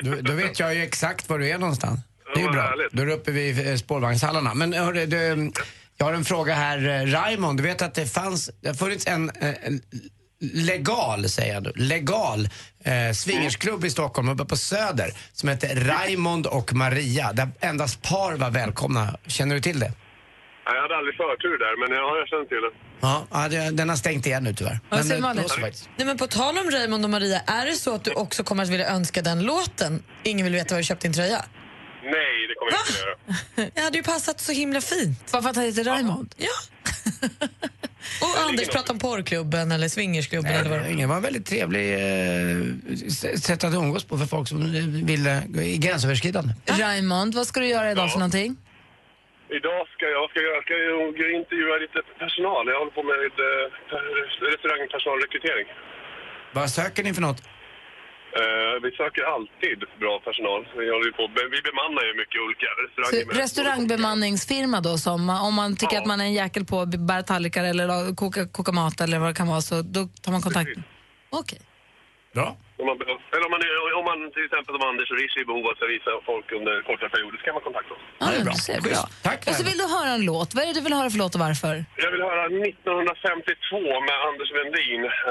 S5: Du, då vet jag ju exakt var du är någonstans. Det är ju
S18: Ja, vad
S5: bra.
S18: härligt.
S5: Då är du uppe vid eh, spårvagnshallarna. Men hörru, du, jag har en fråga här. eh, Raymond, du vet att det fanns, det har funnits en, eh, en legal, säger jag nu, legal eh, swingersklubb i Stockholm uppe på Söder som heter Raymond och Maria där endast par var välkomna. Känner du till det?
S18: Nej, Jag hade aldrig förtur där, men jag har känt till det.
S5: Ja, ja, det- den har stängt igen nu tyvärr.
S7: Ja,
S5: Men,
S7: säger
S5: eh,
S7: Malin.
S5: det var så faktiskt.
S7: Nej, men på tal om Raymond och Maria, är det så att du också kommer att vilja önska den låten? Ingen vill veta var du köpt din tröja.
S18: Nej, det kommer jag inte att göra.
S7: Det hade ju passat så himla fint.
S2: [LAUGHS] Bara för att han heter Raymond?
S7: Ja. Och Anders pratar om porrklubben eller swingersklubben eller vad det var.
S5: Ingen var en väldigt trevlig eh, s- sätt att umgås på för folk som eh, ville gå i gränsöverskridande.
S2: Raymond, vad ska du göra idag för någonting?
S18: Idag ska jag, ska jag, ska jag intervjua lite personal. Jag håller på med eh, restaurangpersonalrekrytering.
S5: Vad söker ni för något?
S18: Eh, vi söker alltid bra personal. Vi, håller ju på, men vi bemannar ju mycket olika restauranger.
S2: Så, restaurangbemanningsfirma då, som om man tycker att man är en jäkel på att bära tallrikar eller la- koka, koka mat eller vad det kan vara, så då tar man kontakt. Okej.
S18: Om man, behöver- eller om man, är- om man till exempel som Anders och Rishi är i behov av att visa folk under korta perioder så kan man kontakta oss.
S2: Ja, men du ser bra. Och så vill du höra en låt. Vad är det du vill höra för låt och varför?
S18: Jag vill höra 1952 med Anders Wendin, uh,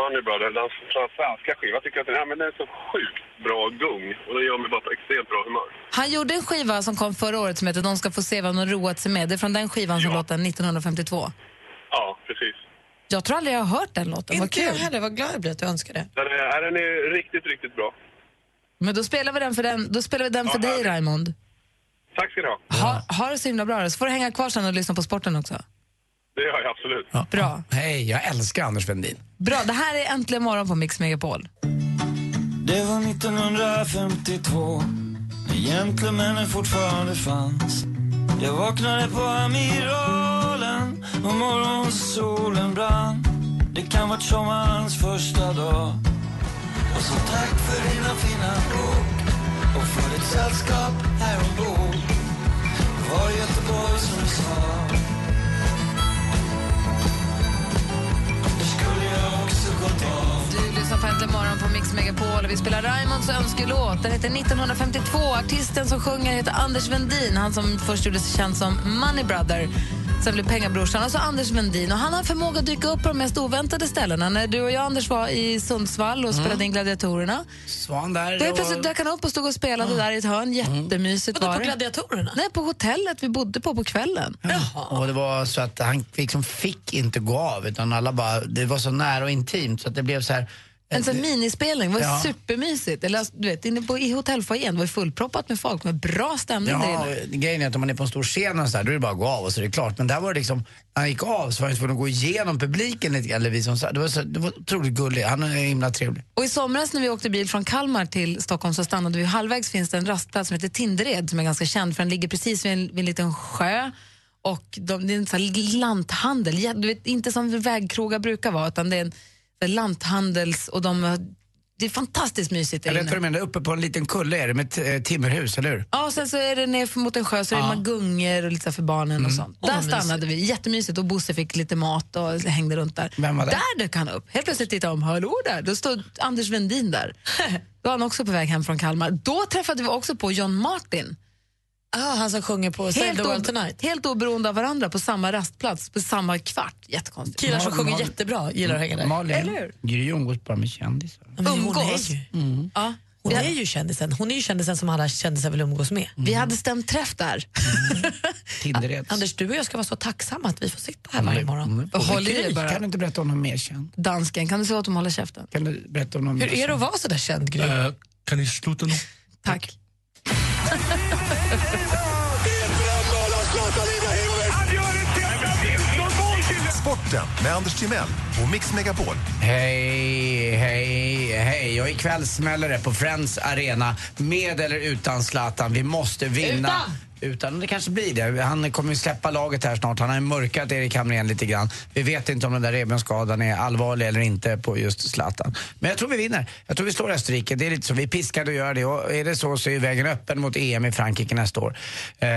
S18: Money Brother, hans hans svenska skiva. Jag tycker att den, ja, men den är så sjukt bra gung och den gör mig bara på extremt bra humör.
S2: Han gjorde en skiva som kom förra året som heter De ska få se vad de roat sig med. Det är från den skivan som låten 1952.
S18: Ja, precis.
S2: Jag tror aldrig jag har hört den låten. Vad
S7: Inte jag
S2: kul.
S7: heller, vad glad jag blir att du önskar det.
S18: Den är, den är riktigt, riktigt bra.
S2: Men då spelar vi den för, den, då spelar vi den för dig, Raymond.
S18: Tack ska ni ha.
S2: Ha, ha det så himla bra. då. Så får du hänga kvar sen och lyssna på sporten också.
S18: Det gör jag absolut.
S2: Bra.
S5: Hej, jag älskar Anders Wendin.
S2: Bra, det här är Äntligen morgon på Mix Megapol.
S19: Det var 1952 när gentlemännen fortfarande fanns Jag vaknade på Amiralen och morgonsolen brann Det kan vara sommarens första dag Och så tack för dina fina ord och för ditt sällskap här ombord Det var Göteborg som du sa Det skulle jag också gått av
S2: Du lyssnar på Äntligen morgon på Mix Megapol. Vi spelar Raimonds önskelåt. Den heter 1952. Artisten som sjunger heter Anders Wendin. Han som först gjorde sig känd som Money Brother. Sen blev pengabrorsan, alltså Anders Wendin. Och han har förmåga att dyka upp på de mest oväntade ställena. När du och jag, Anders, var i Sundsvall och spelade in Gladiatorerna.
S5: Svan där.
S2: Då helt plötsligt dök han upp och stod och spelade där i ett hörn. Jättemysigt
S7: Vadå,
S2: var
S7: på
S2: det.
S7: Gladiatorerna?
S2: Nej, på hotellet vi bodde på på kvällen.
S5: Mm. Och det var så att han liksom fick inte gå av utan alla bara, det var så nära och intimt så att det blev så här.
S2: En sån minispelning, det var
S5: Ja.
S2: supermysigt. Eller, alltså, du vet, inne på, I hotellfoajén var det fullproppat med folk med bra stämning där
S5: Ja,
S2: inne.
S5: grejen är att om man är på en stor scen och så här, då är det bara att gå av och så är det klart. Men där var det liksom, när han gick av så var han tvungen att gå igenom publiken lite grann. eller vi som sa- Det var, så, det var otroligt gulligt, han är himla trevlig.
S2: Och I somras när vi åkte bil från Kalmar till Stockholm så stannade vi halvvägs finns det en rastplats som heter Tindered som är ganska känd för den ligger precis vid en, vid en liten sjö och de, det är en sån här lanthandel, Ja, du vet, inte som vägkrogar brukar vara utan det är en sån här lanthandels och de, har- det är fantastiskt mysigt där
S5: Jag vet vad
S2: inne.
S5: du menar, uppe på en liten kulle är det med ett eh, timmerhus, eller hur?
S2: Ja, och sen så är det ner mot en sjö så
S5: Ja. Mm.
S2: är det gungor och lite så här för barnen och sånt.
S5: Åh,
S2: Där
S5: vad
S2: stannade vi, jättemysigt och Bosse fick lite mat och hängde runt där.
S5: var det?
S2: Där dök han upp. Helt plötsligt tittade jag om, hallå där, då stod Anders Wendin där. Då var han också på väg hem från Kalmar. Då träffade vi också på John Martin.
S7: Ah, han som sjunger på Save
S2: Helt,
S7: the World
S2: obe-
S7: Tonight.
S2: helt oberoende av varandra på samma rastplats, på samma kvart. Jättekonstigt.
S7: Killar som sjunger
S5: Malin.
S7: jättebra gillar att hänga där. Eller
S5: Malin,
S7: hur?
S5: Gry umgås bara med kändisar.
S7: Ja, men Hon är
S2: Umgås.
S7: ju,
S5: Mm.
S2: Ja.
S7: hon är ju kändisen. Hon är ju kändisen som alla kändisar vill umgås med.
S2: Vi hade stämt träff där.
S5: Mm. Tindereds.
S7: Anders, du och jag ska vara så tacksamma att vi får sitta här varje morgon.
S5: Och
S2: Håll i
S5: Gry,
S2: er bara.
S5: Kan du inte berätta om något mer känd?
S2: [LAUGHS] Dansken, kan du säga åt dem att hålla käften?
S5: Kan du berätta om något mer
S7: Hur är det att vara så där känd, Gry?
S20: Eh, kan ni sluta nu?
S2: Tack.
S10: Sporten med Anders Timell och Mix Megapol.
S5: Hej, hej, hej. Och ikväll smäller det på Friends Arena. Med eller utan Zlatan. Vi måste vinna. Utan? Utan, det kanske blir det. Han kommer ju släppa laget här snart. Han har ju mörkat Erik Hamrén lite grann. Vi vet inte om den där revbensskadan är allvarlig eller inte på just Zlatan. Men jag tror vi vinner. Jag tror vi slår Österrike. Det är lite så. Vi är piskade att göra det. Och är det så så är ju vägen öppen mot EM i Frankrike nästa år. Eh,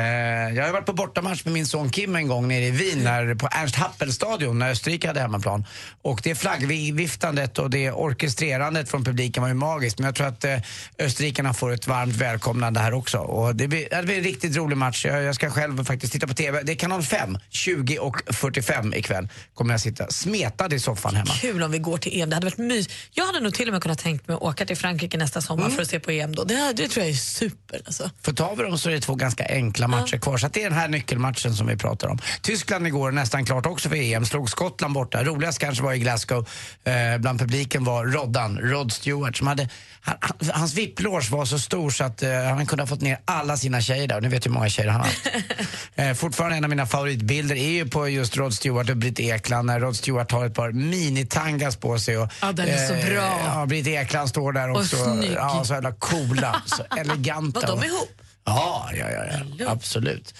S5: jag har ju varit på bortamatch med min son Kim en gång nere i Wien när, på Ernst Happel-stadion när Österrike hade hemmaplan. Och det flaggviftandet och det orkestrerandet från publiken var ju magiskt. Men jag tror att eh, österrikarna får ett varmt välkomnande här också. Och det, blir, det blir en riktigt rolig match. Jag, jag ska själv faktiskt titta på TV. Det är kanal 5, 20 och 45 ikväll. Kommer jag sitta smetad i soffan hemma.
S7: Kul om vi går till EM. Det hade varit mys. Jag hade nog till och med kunnat tänkt mig att åka till Frankrike nästa sommar för att se på EM då. Det, här, det tror jag är super. Alltså.
S5: För tar vi dem så är det två ganska enkla matcher kvar. Så att det är den här nyckelmatchen som vi pratar om. Tyskland igår nästan klart också för EM. Slog Skottland borta. Roligast kanske var i Glasgow. Eh, bland publiken var Roddan, Rod Stewart. Som hade, han, han- hans vipplås var så stor så att eh, han kunde ha fått ner alla sina tjejer där. Och ni vet hur många många tjejer han har
S2: [LAUGHS]
S5: haft. Eh, fortfarande en av mina favoritbilder är ju på just Rod Stewart och Britt Ekland när Rod Stewart har ett par minitangas på sig. Och, eh,
S2: Ja, den är så bra.
S5: Ja, Britt Ekland står där
S2: Och
S5: också.
S2: snygg.
S5: ja, så jävla coola,
S2: [LAUGHS]
S5: så eleganta.
S7: Var de
S5: Och-
S7: ihop?
S5: Ja, ja, ja, ja. absolut.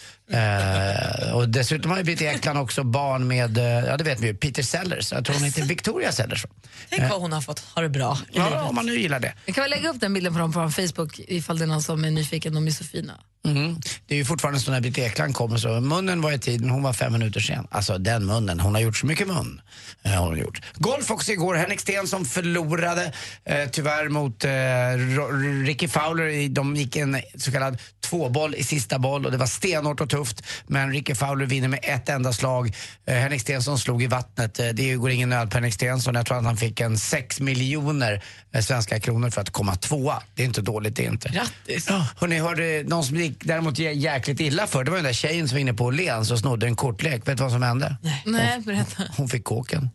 S5: Eh, och dessutom har ju Britt Ekland också barn med, eh, ja det vet vi ju, Peter Sellers. Jag tror hon heter Victoria Sellers.
S7: Tänk vad hon har fått ha det bra. i
S5: Ja,
S7: livet.
S5: om man nu gillar det.
S2: Jag kan väl lägga upp den bilden på dem på vår Facebook ifall det är någon som är nyfiken. De är så fina.
S5: Mm. Det är ju fortfarande så när Britt Ekland kommer så, munnen var i tid men hon var fem minuter sen. Alltså den munnen, hon har gjort så mycket mun. Eh, har hon gjort. Golf också igår, Henrik Stenson förlorade eh, tyvärr mot eh, Ro- Ricky Fowler. I- De gick en så kallad tvåboll i sista boll och det var stenhårt och tufft. Men Ricky Fowler vinner med ett enda slag. Eh, Henrik Stenson slog i vattnet. Eh, det går ingen nöd på Henrik Stenson. Jag tror att han fick en 6 miljoner eh, svenska kronor för att komma tvåa. Det är inte dåligt det är inte. Grattis! Ja, hörni, hörde någon som gick däremot jä- jäkligt illa för, det var den där tjejen som var inne på Åhléns och snodde en kortlek. Vet du vad som hände?
S2: Nej, berätta.
S5: Hon fick [LAUGHS] kåken.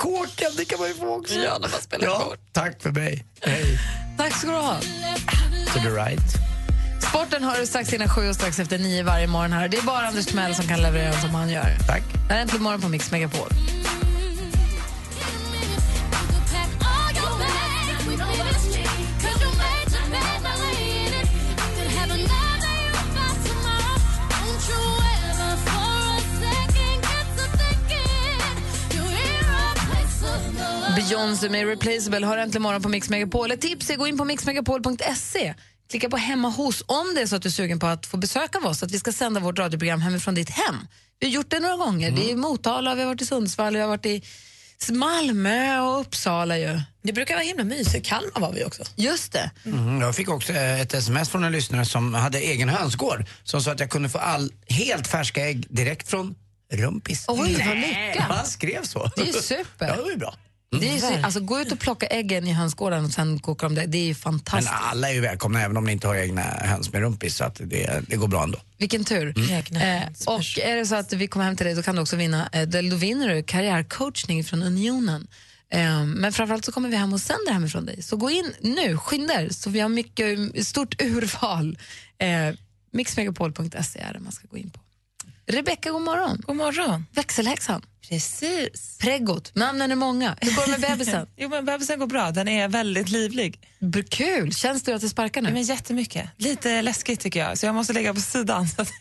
S5: Kåken, det kan man ju få också. Ja, när man spelar ja, Tack för mig. Hej.
S2: Tack ska du ha.
S5: To the right.
S2: Sporten har du strax innan sju och strax efter nio varje morgon. här. Det är bara Anders Timell som kan leverera som han gör.
S5: Tack.
S2: Det här är Äntligen morgon på Mix Megapol. Beyoncé med Replaceable har äntligen morgon på Mix Megapol. Ett tips är gå in på mixmegapol.se. Klicka på hemma hos om det är så att du är sugen på att få besöka av oss, att vi ska sända vårt radioprogram hemifrån ditt hem. Vi har gjort det några gånger. Det är i Motala, vi har varit i Sundsvall, vi har varit i Malmö och Uppsala ju.
S7: Det brukar vara himla mysigt. Kalmar var vi också.
S2: Just det.
S5: Mm, jag fick också eh, ett sms från en lyssnare som hade egen hönsgård som sa att jag kunde få all, helt färska ägg direkt från rumpis.
S2: Oj,
S5: [LAUGHS]
S2: vad
S5: Nej.
S2: lyckat.
S5: Han skrev så.
S2: Det är ju super.
S5: Ja, det var ju bra.
S2: Det är ju så, alltså, gå ut och plocka äggen i hönsgården och sen koka dem där. Det är ju
S5: Men
S2: fantastiskt.
S5: alla är ju välkomna även om ni inte har egna höns med rumpis så att det, det går bra ändå.
S2: Vilken tur. Eh, och är det så att vi kommer hem till dig då kan du också vinna, eh, då vinner du karriärcoachning från Unionen. Eh, men framförallt så kommer vi hem och sänder hemifrån dig. Så gå in nu, skynda er, så vi har mycket, stort [LAUGHS] urval. Eh, Mixmegapol.se är det man ska gå in på. Rebecka, god morgon.
S7: God morgon.
S2: Växelhäxan.
S21: Precis.
S2: Preggot. Namnen är många. Hur går det med bebisen?
S21: jo, men bebisen går bra. Den är väldigt livlig.
S2: B- Kul! Känns det att det sparkar nu?
S21: Men jättemycket. Lite läskigt tycker jag, så jag måste lägga på sidan. Så att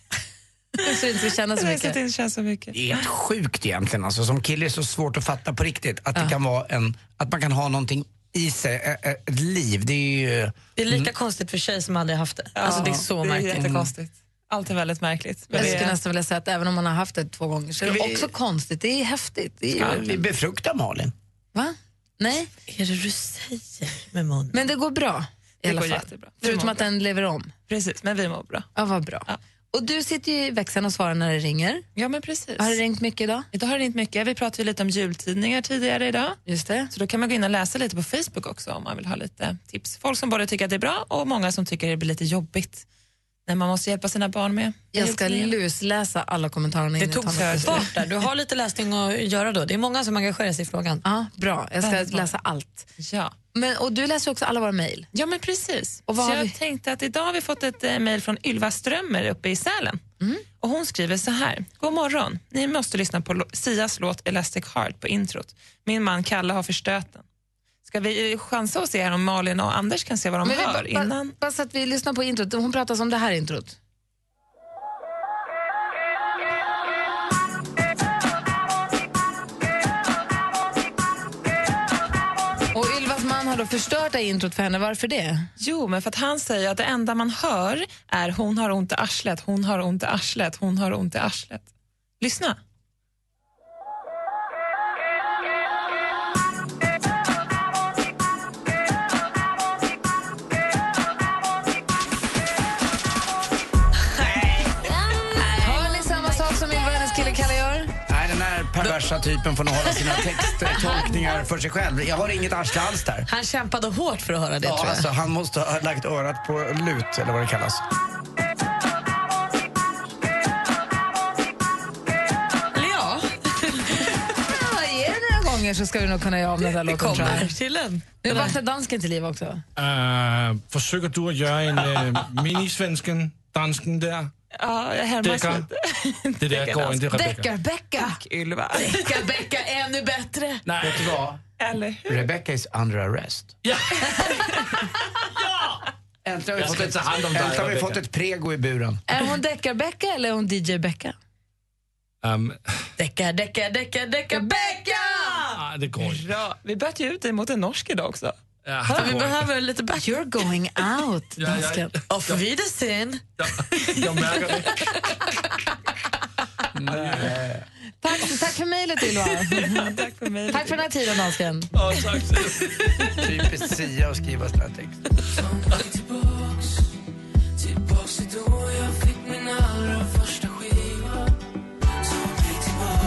S2: Så det inte [LAUGHS] känns så
S21: så att det
S2: mycket.
S21: inte känns så mycket.
S5: Det är helt sjukt egentligen. Alltså, som kille är det så svårt att fatta på riktigt att, det kan vara en, att man kan ha någonting i sig, ä- ä- ett liv. Det är ju...
S7: Det är lika
S5: Mm.
S7: konstigt för tjejer som aldrig haft det.
S21: Ja,
S7: alltså, det är så
S21: det är
S7: märkligt.
S21: jättekonstigt. Allt är väldigt märkligt. Men
S2: Jag
S21: det
S2: skulle
S21: är...
S2: nästan vilja säga att även om man har haft det två gånger så är det
S21: Vi-
S2: också konstigt. Det är häftigt. Det är
S5: Ska
S2: ju-
S5: vi befrukta Malin?
S2: Va? Nej?
S7: Är det du säger med munnen?
S2: Men det går bra i
S21: Det
S2: alla
S21: går
S2: fall.
S21: jättebra. Vi
S2: Förutom
S21: mår
S2: att den lever om.
S21: Precis, men vi mår bra.
S2: Ja, vad bra. Och du sitter ju i växeln och svarar när det ringer.
S21: Ja, men precis.
S2: Har det ringt mycket idag?
S21: Idag har det inte mycket. Vi pratade ju lite om jultidningar tidigare idag.
S2: Just det.
S21: Så då kan man gå in och läsa lite på Facebook också om man vill ha lite tips. Folk som både tycker att det är bra och många som tycker det blir lite jobbigt när man måste hjälpa sina barn med
S2: Jag ska
S21: jultidningen.
S2: lusläsa alla kommentarerna innan
S7: Det
S2: jag tar
S7: tog
S2: något
S7: sig
S2: beslut.
S7: bort där. Du har lite läsning att göra då. Det är många som engagerar sig i frågan.
S2: Ja, bra. Jag
S7: Väldigt
S2: ska
S7: många.
S2: läsa allt.
S21: Ja.
S2: Men, och du läser också alla våra mejl.
S21: Ja, men precis.
S2: Och vad
S21: så
S2: har
S21: jag
S2: vi-
S21: tänkte att idag har vi fått ett eh, mejl från Ylva Strömmer uppe i Sälen. Och hon skriver så här. God morgon. Ni måste lyssna på lo- Sias låt Elastic Heart på introt. Min man Kalle har förstört den. Ska vi eh, chansa och se här om Malin och Anders kan se vad de
S2: Men vi
S21: hör
S2: bara-
S21: innan?
S2: Bara så att vi lyssnar på introt. Hon pratar om det här introt. Och Ylvas man har då förstört det här introt för henne. Varför det?
S21: Jo, men för att han säger att det enda man hör är hon har ont i arslet, hon har ont i arslet, hon har ont i arslet. Lyssna.
S2: Hör ni samma sak som Ylva och hennes kille Kalle gör?
S5: Nej, den här perversa typen får nog hålla sina texttolkningar för sig själv. Jag har inget arsle alls där.
S7: Han kämpade hårt för att höra det
S5: Ja,
S7: tror jag.
S5: alltså, han måste ha lagt örat på lut, eller vad det kallas.
S7: Eller ja.
S2: [LAUGHS] Ja, ge det några gånger. gånger så ska du nog kunna göra om den där
S7: Det
S2: låten. tror jag.
S7: kommer till en.
S2: Nu vattnar dansken till liv också.
S8: Uh, försöker du att göra en uh, minisvensken, dansken där?
S21: Ja, jag härmas
S8: Deckar. Det
S21: lite.
S8: där går inte Rebecca.
S2: Deckarbäcka.
S21: Ylva.
S7: Becka ännu bättre.
S5: Nej. Vet du vad?
S21: Eller
S5: Rebecca is under arrest.
S8: [LAUGHS]
S5: Äntligen har vi
S8: Jag
S5: fått
S8: ska
S5: ett-
S8: ta hand om dig,
S5: äntligen har vi
S8: Rebecca.
S5: fått ett prego i buren.
S2: Är hon deckarbäcka eller är hon DJ Becka?
S8: Um,
S7: Decka, decka, decka, decka, becka!
S8: ah, det går inte.
S21: Bra. Vi bytte ju ut dig mot en norsk idag också.
S8: Ja,
S7: Ja,
S8: det
S7: vi
S8: går inte.
S7: behöver lite
S2: But you're going out,
S8: Ja, jag- dansken.
S7: Auf Wiedersehen.
S8: Jag märker det.
S2: Tack, tack för
S7: [LAUGHS]
S2: mejlet Ylva.
S21: tack för mejlet.
S2: Tack för den här tiden dansken.
S8: Ja, tack.
S5: Typiskt Typ Sia att skriva sån här text.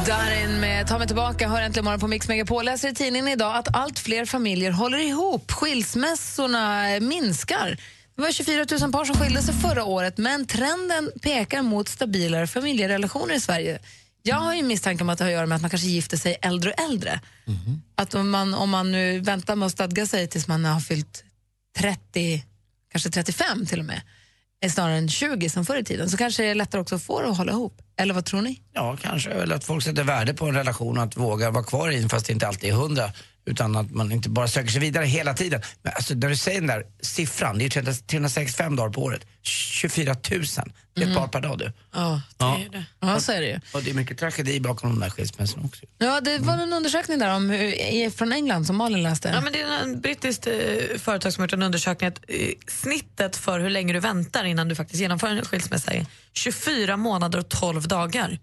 S2: Darin med Ta mig tillbaka hör äntligen morgon på Mix Megapol. Läser i tidningen idag att allt fler familjer håller ihop. Skilsmässorna eh, minskar. Det var 24 000 par som skilde sig förra året men trenden pekar mot stabilare familjerelationer i Sverige. Jag har ju misstanke om att det har att göra med att man kanske gifter sig äldre och äldre. Att om man, om man nu väntar med att stadga sig tills man har fyllt 30, kanske 35 till och med, eh, snarare än 20 som förr i tiden, så kanske det är lättare också att få det att hålla ihop. Eller vad tror ni?
S5: Ja, kanske. Eller att folk sätter värde på en relation och att våga vara kvar i den fast det inte alltid är hundra. Utan att man inte bara söker sig vidare hela tiden. Men alltså, när du säger den där siffran, det är ju 300 365 dagar på året. 24 000. Det är ett par per dag du.
S2: Mhm. Ja,
S5: Ja.
S2: ja så är det ju.
S5: Och det är mycket tragedi bakom de där skilsmässorna också.
S2: Ja, det var en undersökning där om, hur- i- från England som Malin läste.
S7: Mm. Ja, men det är en brittiskt eh, företag som har gjort en undersökning att eh, snittet för hur länge du väntar innan du faktiskt genomför en skilsmässa är 24 månader och 12 dagar.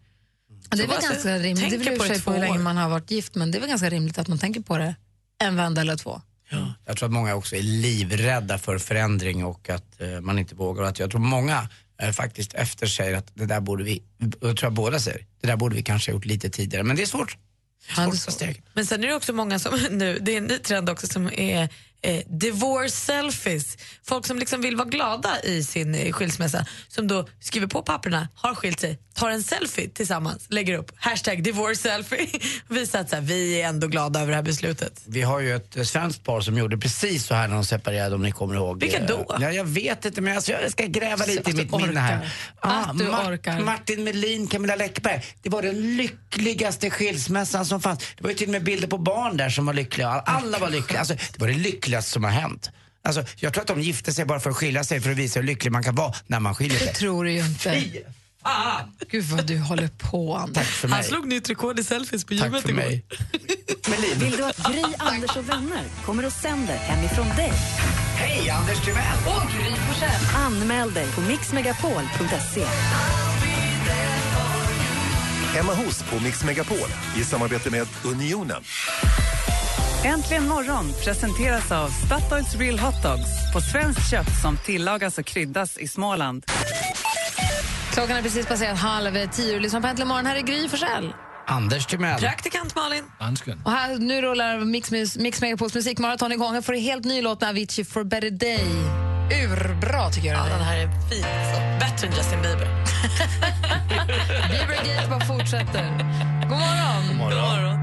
S2: det är
S7: Så
S2: väl
S7: alltså,
S2: ganska rimligt. Det är
S7: tänker
S2: väl i och
S7: på
S2: för
S7: det
S2: sig
S7: två
S2: på hur länge
S7: år.
S2: man har varit gift, men det är väl ganska rimligt att man tänker på det en vända eller två.
S5: Jag tror att många också är livrädda för förändring och att eh, man inte vågar. Och att jag tror många eh, faktiskt efter säger att det där borde vi, jag tror att båda säger, det där borde vi kanske ha gjort lite tidigare. Men det är svårt. Svårt att ta steg.
S7: Men sen är det också många som [LAUGHS] nu, det är en ny trend också som är eh, divorce selfies. Folk som liksom vill vara glada i sin eh, skilsmässa som då skriver på papperna, har skilt sig, tar en selfie tillsammans, lägger upp hashtag divorce selfie [LAUGHS] och visar att så här, vi är ändå glada över det här beslutet.
S5: Vi har ju ett eh, svenskt par som gjorde precis så här när de separerade om ni kommer ihåg.
S7: Vilka
S5: Eh,
S7: då?
S5: Ja, jag vet inte men alltså, jag ska gräva
S7: Så
S5: lite i
S7: att
S5: mitt
S7: du
S5: minne här.
S7: orkar.
S5: Ah,
S7: Att du
S5: Mart-
S7: orkar.
S5: Martin Melin, Camilla Läckberg. Det var den lyckligaste skilsmässan som fanns. Det var ju till och med bilder på barn där som var lyckliga. Alla var lyckliga. Alltså, det var det lyckligaste som har hänt. Alltså, jag tror att de gifte sig bara för att skilja sig för att visa hur lycklig man kan vara när man skiljer sig.
S2: Det tror du ju
S7: [LAUGHS]
S2: inte. Gud vad du håller på, Anders.
S5: Tack för mig.
S7: nytt rekord i selfies på
S5: Tack
S7: [LAUGHS]
S5: för mig.
S4: Vill du att Gry, Anders och vänner kommer och sänder hemifrån dig?
S5: Hej, Anders Timell!
S4: Och Gry Anmäl dig på mixmegapol.se.
S10: Hemma hos på Mix Megapol i samarbete med Unionen.
S11: Äntligen morgon presenteras av Statoils Real Hot Dogs på svenskt kött som tillagas och kryddas i Småland.
S2: Klockan är precis passerat halv tio och lyssnar på Äntligen morgon. Här är Gry Forssell.
S5: Anders Timell.
S7: Praktikant Malin.
S8: Dansken.
S2: Och här, nu rullar Mix, Mus- Mix Megapols musikmaraton igång. Här får du helt ny låt med Avicii For Better Day. Urbra tycker jag
S7: Ja, den här är fin. Så, bättre än Justin
S2: [LAUGHS]
S7: Bieber.
S2: Biebergate bara fortsätter. God morgon! God
S7: morgon.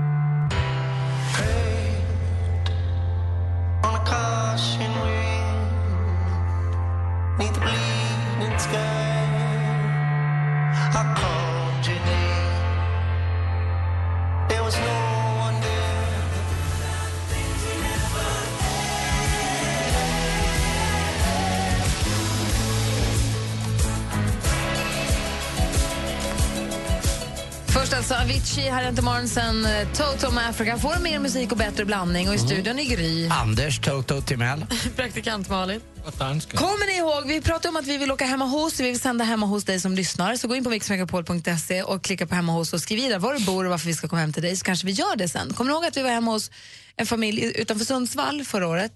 S2: Först alltså Avicii, här är inte morgon sen eh, Toto med Africa. Får mer musik och bättre blandning och i studion är Gry.
S5: Anders Toto Timell.
S7: [LAUGHS] Praktikant Malin.
S8: Och dansken.
S2: Kommer ni ihåg, vi pratade om att vi vill åka hemma hos, vi vill sända hemma hos dig som lyssnar. Så gå in på mixmegapol.se och klicka på hemma hos och skriv i där var du bor och varför vi ska komma hem till dig så kanske vi gör det sen. Kommer ni ihåg att vi var hemma hos en familj utanför Sundsvall förra året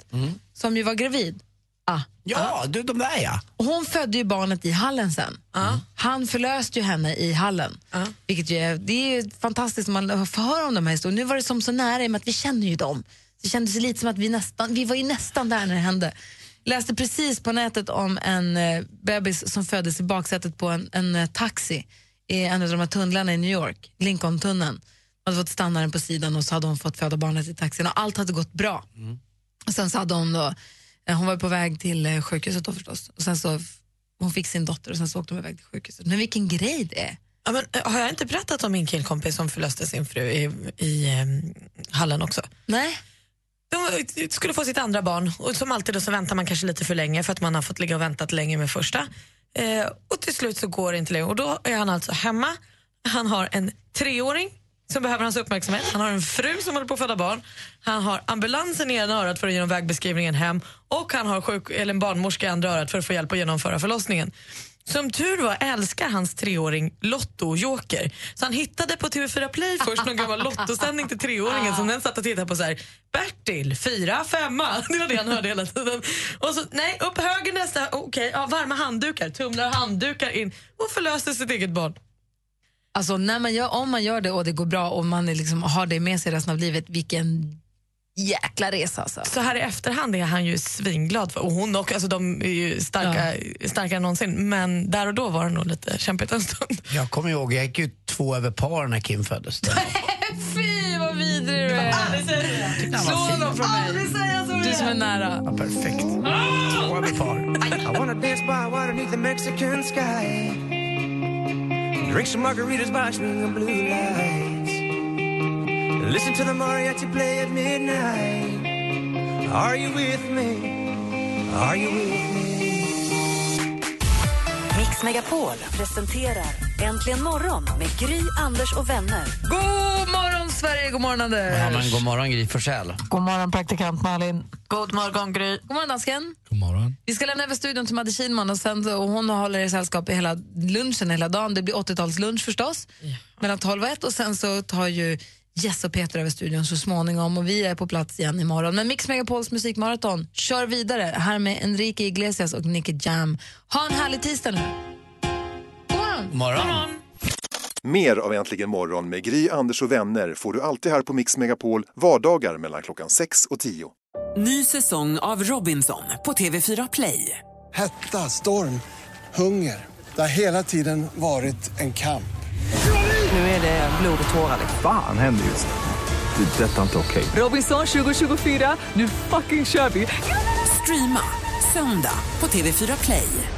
S2: som ju var gravid? Ah.
S5: Ja, du, de där ja.
S2: Och Hon födde ju barnet i hallen sen. Mm. Han förlöste ju henne i hallen. Vilket ju är, det är ju fantastiskt när man får höra om de här historierna. Nu var det som så nära i och med att vi känner ju dem. Det kändes ju lite som att vi, nästan, vi var ju nästan där när det hände. Läste precis på nätet om en eh, bebis som föddes i baksätet på en, en eh, taxi i en av de här tunnlarna i New York, Lincoln-tunneln. hade fått stanna den på sidan och så hade hon fått föda barnet i taxin och allt hade gått bra. Och sen så hade hon då, eh, hon var på väg till eh, sjukhuset då förstås. Och sen så, f- hon fick sin dotter och sen så åkte hon iväg till sjukhuset. Men vilken grej det är.
S7: Ja, men, eh, har jag inte berättat om min killkompis som förlöste sin fru i, i ehm, Hallen också?
S2: Nej.
S7: De eh, skulle få sitt andra barn och som alltid då så väntar man kanske lite för länge för att man har fått ligga och väntat länge med första. Eh, och till slut så går det inte längre och då är han alltså hemma. Han har en treåring som behöver hans uppmärksamhet. Han har en fru som håller på att föda barn. Han har ambulansen i ena örat för att genom vägbeskrivningen hem och han har sjuk- eller en barnmorska i andra örat för att få hjälp att genomföra förlossningen. Som tur var älskar hans treåring Lotto-joker. Så han hittade på TV4 Play först någon gammal Lottosändning till treåringen som den satt och tittade på så här. Bertil, fyra, femma. [LAUGHS] Det var det han hörde hela tiden. Och så, nej, upp höger nästa. Okej, ja, varma handdukar. Tumlar handdukar in och förlöste sitt eget barn.
S2: Alltså när man gör, om man gör det och det går bra och man är liksom, har det med sig resten av livet, vilken jäkla resa alltså.
S7: Så här i efterhand är han ju svinglad. För, och hon och, alltså de är ju starka, starkare än någonsin. Men där och då var det nog lite kämpigt en stund.
S5: Jag kommer ihåg, jag gick ju två över par när Kim föddes.
S2: Fy vad vidrig du är.
S7: Aldrig säga det.
S5: Slå honom från mig.
S2: Aldrig säga så Du som är nära.
S5: Ja, perfekt. Två över par.
S6: I wanna dance by water beneath the Mexican sky. Drink some margaritas by swinging blue lights. Listen to the mariachi play at midnight. Are you with me? Are you with me?
S4: Mix Megapol presenterar Äntligen morgon med Gry, Anders och vänner.
S2: God morgon Sverige, god morgon Anders.
S5: Ja, men god morgon Gry Forssell.
S2: God morgon, praktikant Malin. God morgon, Gry. God morgon, dansken. God morgon. Vi ska lämna över studion till Madde Kihlman och, sen, och hon håller er sällskap i hela lunchen hela dagen. Det blir 80-talslunch förstås, mellan 12 och 1 och sen så tar ju Jess och Peter över studion så småningom och vi är på plats igen imorgon. Men Mix Megapols musikmaraton kör vidare här med Enrique Iglesias och Nicky Jam. Ha en härlig tisdag nu. God morgon.
S5: morgon.
S10: Mer av Äntligen morgon med Gry, Anders och vänner får du alltid här på Mix Megapol vardagar mellan klockan 6 och 10.
S17: Ny säsong av Robinson på TV4 Play.
S22: Hetta, storm, hunger. Det har hela tiden varit en kamp.
S17: Nu är det blod och tårar.
S20: Fan händer just det. Det är detta inte okej.
S17: Robinson 2024, nu fucking kör vi! Streama söndag på TV4 Play.